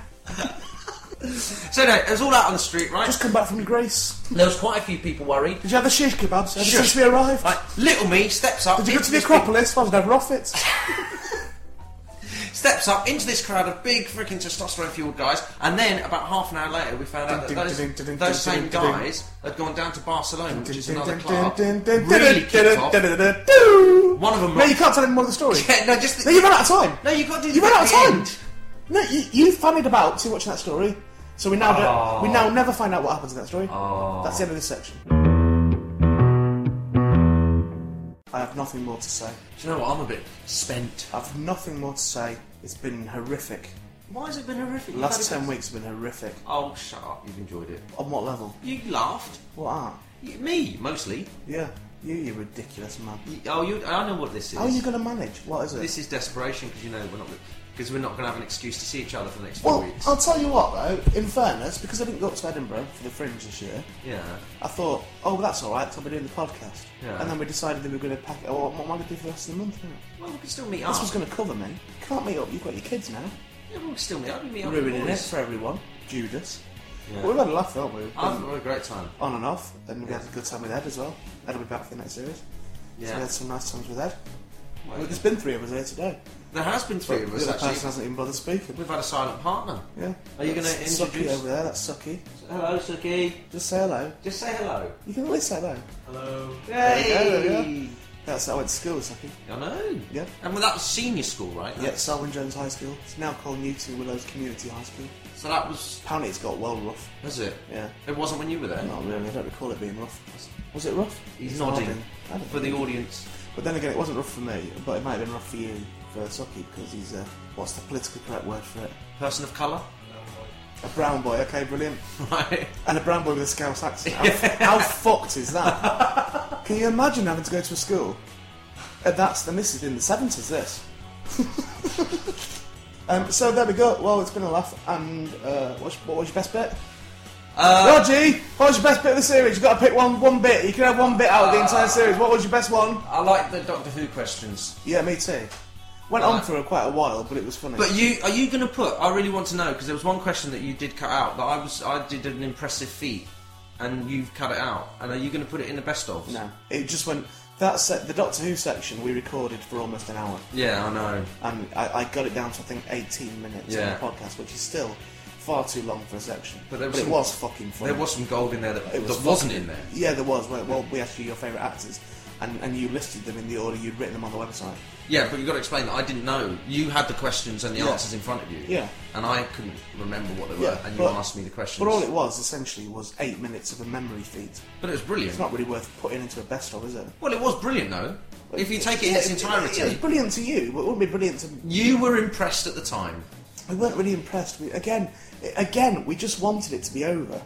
S3: So anyway, it was all out on the street, right?
S2: Just come back from your grace.
S3: There was quite a few people worried.
S2: Did you have the shish kebabs ever
S3: Shush.
S2: since we arrived?
S3: Right, little me steps up.
S2: Did you go
S3: into
S2: to the
S3: this big-
S2: Acropolis? I was never off it.
S3: steps up into this crowd of big freaking testosterone fueled guys, and then about half an hour later, we found out that
S2: Dun, dun, dun, dun,
S3: those,
S2: dun,
S3: those
S2: dun,
S3: same
S2: dun, dun.
S3: guys had gone down to Barcelona, which is another club. Really kicked off. One
S2: One
S3: of them-
S2: No, you can't tell him more of the story.
S3: Yeah, no, just the-
S2: No, you ran out of time.
S3: No, you got to do.
S2: You
S3: the
S2: ran out of
S3: bit at the
S2: time.
S3: end.
S2: No, you, you fannied about too much in that story. So we now don't, we now never find out what happens in that story. That's the end of this section. I have nothing more to say.
S3: Do you know what? I'm a bit spent.
S2: I've nothing more to say. It's been horrific.
S3: Why has it been horrific?
S2: The last ten weeks have been horrific.
S3: Oh, shut up! You've enjoyed it.
S2: On what level?
S3: You laughed.
S2: What art?
S3: You, me mostly.
S2: Yeah, you, you ridiculous man.
S3: You- oh, you. I know what this is.
S2: How are you going to manage? What is it?
S3: this is desperation because you know we're not because we're not going to have an excuse to see each other for the next few
S2: Well,
S3: weeks.
S2: I'll tell you what though, in fairness, because I didn't go up to Edinburgh for the Fringe this year,
S3: yeah.
S2: I thought, oh, well, that's alright, so I'll be doing the podcast.
S3: Yeah.
S2: And then we decided that we were going to pack it, oh, what am I going to do for the rest of the month? innit?
S3: Well, we can still meet
S2: This
S3: up.
S2: was going to cover me. Can't meet up, you've got your kids now.
S3: Yeah, we'll still meet up. We meet up. with the
S2: Ruining it
S3: boys.
S2: for everyone. Judas.
S3: Yeah.
S2: But we've had a laugh, haven't we? We've
S3: I've
S2: been
S3: had a great time.
S2: on and off, and we had a good time with Ed as well. Ed will be back for the next series. So
S3: Yeah.
S2: we had some nice times with Ed. Well, there's been three of us here today.
S3: There has been three of
S2: The
S3: us
S2: other
S3: actually.
S2: person hasn't even bothered speaking.
S3: We've had a silent partner.
S2: Yeah.
S3: Are you gonna
S2: That's Sucky
S3: introduce-
S2: over there? That's Sucky.
S3: Hello, Suki.
S2: Just say hello.
S3: Just say hello.
S2: You can always say hello.
S3: Hello.
S2: There you go, there
S3: Hey.
S2: you That's how I went to school, Sucky.
S3: I know.
S2: Yeah.
S3: And well, that was senior school, right?
S2: Yeah, Selwyn Jones High School. It's now called New Two Willows Community High School.
S3: So that was.
S2: Apparently, it's got well rough.
S3: Was it?
S2: Yeah.
S3: It wasn't when you were there.
S2: Not really. I don't recall it being rough. Was it rough?
S3: He's
S2: It's
S3: nodding
S2: I don't
S3: for
S2: think
S3: the
S2: it-
S3: audience.
S2: But then again, it wasn't rough for me. But it might have been rough for you, for Sucky, because he's a what's the politically correct word for it?
S3: Person of colour.
S2: A brown boy. Okay, brilliant.
S3: Right.
S2: And a brown boy with a Scouse accent. How, how fucked is that? Can you imagine having to go to a school? And that's and this is in the seventies. This. um, so there we go. Well, it's been a laugh. And uh, what's, what was your best bit?
S3: Uh,
S2: Rogie, what was your best bit of the series? You've got to pick one one bit. You can have one bit out
S3: Uh,
S2: of the entire series. What was your best one?
S3: I like the Doctor Who questions.
S2: Yeah, me too. Went on
S3: Right.
S2: for quite a while, but it was funny.
S3: But you are you going to put? I really want to know because there was one question that you did cut out that I was I did an impressive feat, and you've cut it out. And are you going to put it in the best of?
S2: no, it just went. That se- the Doctor Who section we recorded for almost an hour.
S3: Yeah, I know.
S2: and I, I got it down to I think 18 minutes
S3: Yeah.
S2: on the podcast, which is still far too long for a section.
S3: But
S2: But,
S3: there was
S2: it
S3: some-
S2: was fucking fun.
S3: There was some gold in there that,
S2: It was
S3: that wasn't in there.
S2: Yeah, there was. Well, well we asked you your favourite actors, and, and you listed them in the order you'd written them on the website.
S3: Yeah, but you've got to explain that I didn't know. You had the questions and the
S2: Yeah.
S3: answers in front of you.
S2: Yeah.
S3: And I couldn't remember what they were,
S2: Yeah,
S3: and you
S2: but-
S3: asked me the questions.
S2: But all it was essentially was eight minutes of a memory feed.
S3: But it was brilliant.
S2: It's not really worth putting into a best of, is it?
S3: Well, it was brilliant, though. If you take it in its entirety.
S2: it was brilliant to you, but it wouldn't be brilliant to
S3: You were impressed at the time.
S2: We weren't really impressed. We, again, again, we just wanted it to be over.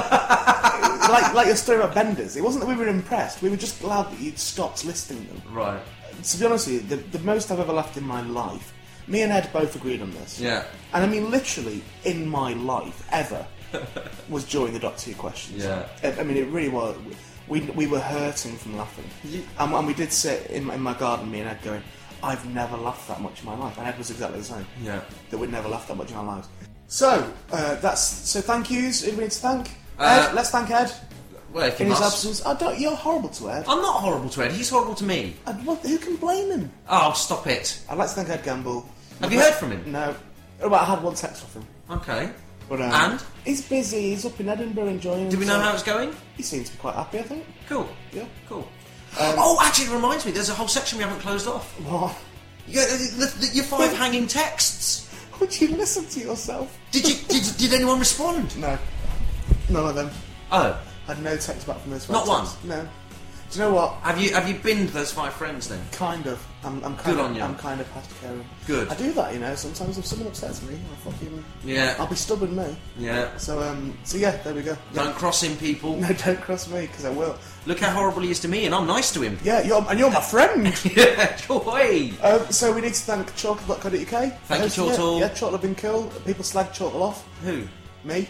S2: like like your story about Benders, it wasn't that we were impressed. We were just glad that you'd stopped listing them.
S3: Right.
S2: To be honest with you, the, the most I've ever laughed in my life. Me and Ed both agreed on this.
S3: Yeah.
S2: And I mean, literally, in my life ever, was during the Doctor Who questions.
S3: Yeah.
S2: I, I mean, it really was. We, we were hurting from laughing.
S3: You-
S2: And, and we did sit in, my- in my garden, me and Ed going, I've never laughed that much in my life. And Ed was exactly the same.
S3: Yeah.
S2: That we'd never laughed that much in our lives. So, uh, that's. So, thank yous. Who do we need to thank?
S3: Uh,
S2: Ed, let's thank Ed.
S3: Well, if you
S2: In his
S3: must.
S2: absence. I don't, you're horrible to Ed.
S3: I'm not horrible to Ed. He's horrible to me.
S2: And what, who can blame him?
S3: Oh, stop it.
S2: I'd like to thank Ed Gamble.
S3: Have you heard from him?
S2: No. Well, I had one text off him.
S3: Okay.
S2: But, um,
S3: And?
S2: He's busy, he's up in Edinburgh enjoying
S3: Do we know how
S2: himself.
S3: it's going?
S2: He seems to be quite happy, I think.
S3: Cool.
S2: Yeah.
S3: Cool. oh, actually, it reminds me. There's a whole section we haven't closed off.
S2: What?
S3: You, the, the, your five hanging texts.
S2: Would you listen to yourself?
S3: Did you? did, did anyone respond?
S2: No. None of them.
S3: Oh,
S2: I had no text back from those
S3: Not
S2: five texts. No. Do you know what?
S3: have you have you binned those five friends then?
S2: Kind of. I'm, I'm kind
S3: Good
S2: of,
S3: on you.
S2: I'm kind of past caring.
S3: Good.
S2: I do that, you know. Sometimes if someone upsets me, I'll fucking.
S3: Yeah.
S2: I'll be stubborn, me.
S3: Yeah.
S2: So um. So yeah, there we go. Yeah.
S3: Don't cross him, people.
S2: No, don't cross me because I will.
S3: Look how horrible he is to me, and I'm nice to him.
S2: Yeah, you're and you're my friend.
S3: Yeah, joy.
S2: um, so we need to thank chortle.co.uk.
S3: Thank you,
S2: Hosting it.
S3: Chortle.
S2: Yeah, Chortle have been cool. People slag Chortle off.
S3: Who?
S2: Me.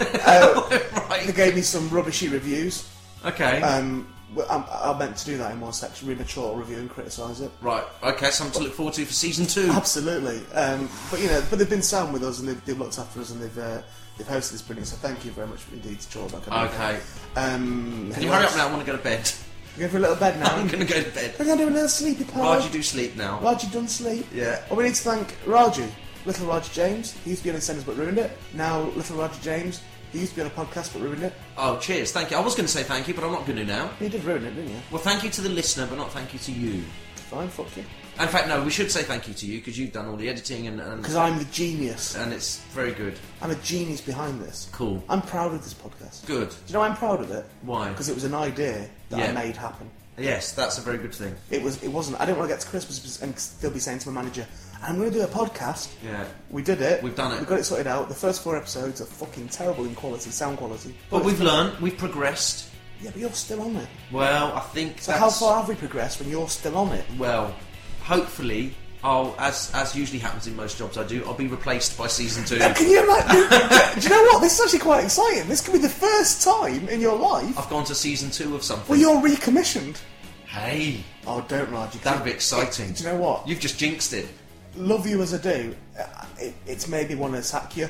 S2: Uh, They
S3: right.
S2: gave me some rubbishy reviews.
S3: Okay.
S2: Um, well, I'm- I, I meant to do that in one section, read a Chortle review and criticise it.
S3: right. Okay. Something to look forward to for season two.
S2: Absolutely, um, but you know, but they've been sound with us and they've, they've looked after us and they've uh, they've hosted this brilliant. So thank you very much indeed to Chortle.
S3: Okay.
S2: Um,
S3: Can you hurry up now? I want to go to bed.
S2: Go for a little bed now.
S3: I'm gonna go to bed.
S2: We're gonna do a little sleepy pie.
S3: Raj, you do sleep now.
S2: Raju done sleep.
S3: Yeah.
S2: Oh, we need to thank Raju, Little Roger James. He used to be on Incendies but ruined it. Now Little Roger James, he used to be on a podcast but ruined it.
S3: Oh, cheers. Thank you. I was going to say thank you, but I'm not going to now.
S2: You did ruin it, didn't you?
S3: Well, thank you to the listener, but not thank you to you.
S2: Fine, fuck you.
S3: In fact, no, we should say thank you to you because you've done all the editing and and,
S2: Because I'm the genius.
S3: and it's very good.
S2: I'm a genius behind this.
S3: Cool.
S2: I'm proud of this podcast.
S3: Good.
S2: Do you know why I'm proud of it?
S3: Why?
S2: Because it was an idea that
S3: Yeah.
S2: I made happen.
S3: Yes, that's a very good thing.
S2: It was. It wasn't. I didn't want to get to Christmas and still be saying to my manager, "I'm going to do a podcast."
S3: Yeah.
S2: We did it.
S3: We've done it.
S2: We got it sorted out. The first four episodes are fucking terrible in quality, sound quality.
S3: But
S2: it's-
S3: we've learned, we've progressed.
S2: Yeah, but you're still on it.
S3: Well, I think
S2: So
S3: that's,
S2: how far have we progressed when you're still on it?
S3: Well, hopefully, I'll as as usually happens in most jobs I do, I'll be replaced by season two.
S2: Can you imagine? do you know what? This is actually quite exciting. This could be the first time in your life
S3: I've gone to season two of something.
S2: where you're recommissioned.
S3: hey,
S2: Oh, don't, Roger.
S3: that'd be exciting.
S2: Do you know what?
S3: You've just jinxed it.
S2: Love you as I do. uh, It, it's made me want to sack you.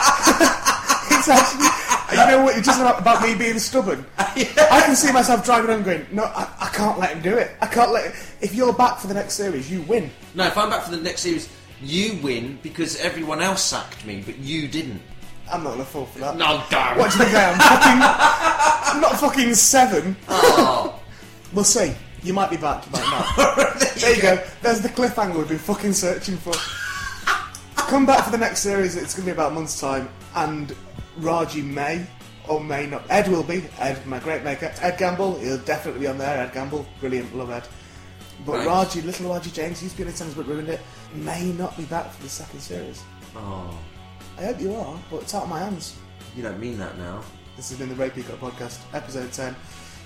S2: it's actually. You know what? You're just about, about me being stubborn. I can see myself driving on going, no, I, I can't let him do it. I can't let. If you're back for the next series, you win.
S3: No, if I'm back for the next series, you win because everyone else sacked me, but you didn't.
S2: I'm not gonna fall for that.
S3: No, damn.
S2: What do you think I am? fucking, I'm not fucking seven.
S3: Oh.
S2: we'll see. You might be back, you might not. there you go. There's the cliffhanger we've been fucking searching for. Come back for the next series. It's going to be about a month's time, and Raji may or may not. Ed will be. Ed, my great maker. Ed Gamble. He'll definitely be on there. Ed Gamble, brilliant. Love Ed. But
S3: Right.
S2: Raji, little Raji James, he's been in Thames but ruined it. May not be back for the second series.
S3: Oh,
S2: I hope you are, but it's out of my hands.
S3: you don't mean that now.
S2: This has been the Ray Peacock Podcast, episode 10.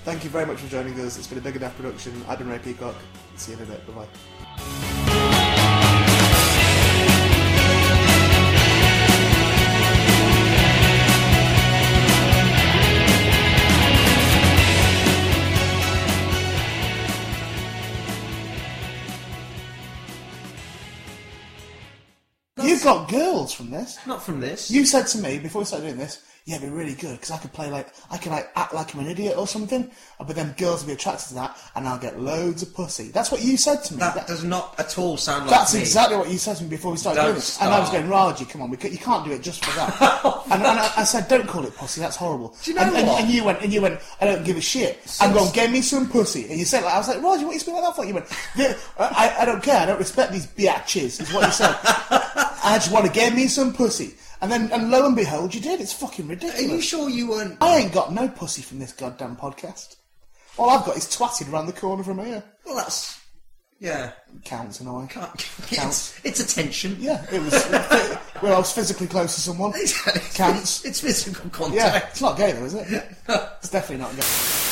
S2: Thank you very much for joining us. It's been a big enough production. I've been Ray Peacock. See you in a bit. Bye bye. You got girls from this.
S3: Not from this.
S2: You said to me before we started doing this, yeah, it'd be really good because I could play like I could like act like I'm an idiot or something, Uh, but then girls would be attracted to that, and I'll get loads of pussy. That's what you said to me.
S3: that
S2: That-
S3: does not at all sound like
S2: that's
S3: me.
S2: exactly what you said to me before we started
S3: Don't
S2: doing this, and I was
S3: start. Oh,
S2: going, Raji, come on, we ca- you can't do it just for that. and and I, I said, don't call it pussy, that's horrible.
S3: Do you know
S2: and, and-
S3: what?
S2: And, you went, and you went, I don't give a shit. I'm going, get me some pussy. And you said, like, I was like, Raji, what are you speaking like that for? You went, "Yeah, I, I don't care, I don't respect these biatches, is what you said. I just want to get me some pussy. And then, and lo and behold, you did. It's fucking
S3: Are you
S2: ridiculous.
S3: sure you weren't?
S2: I ain't got no pussy from this goddamn podcast. All I've got is twatted around the corner from here.
S3: Well, that's yeah.
S2: Counts in a way.
S3: It's, it's attention.
S2: Yeah, it was where I was physically close to someone.
S3: It's,
S2: Counts.
S3: it's physical
S2: Yeah,
S3: contact.
S2: it's not gay though, is it? It's definitely not gay.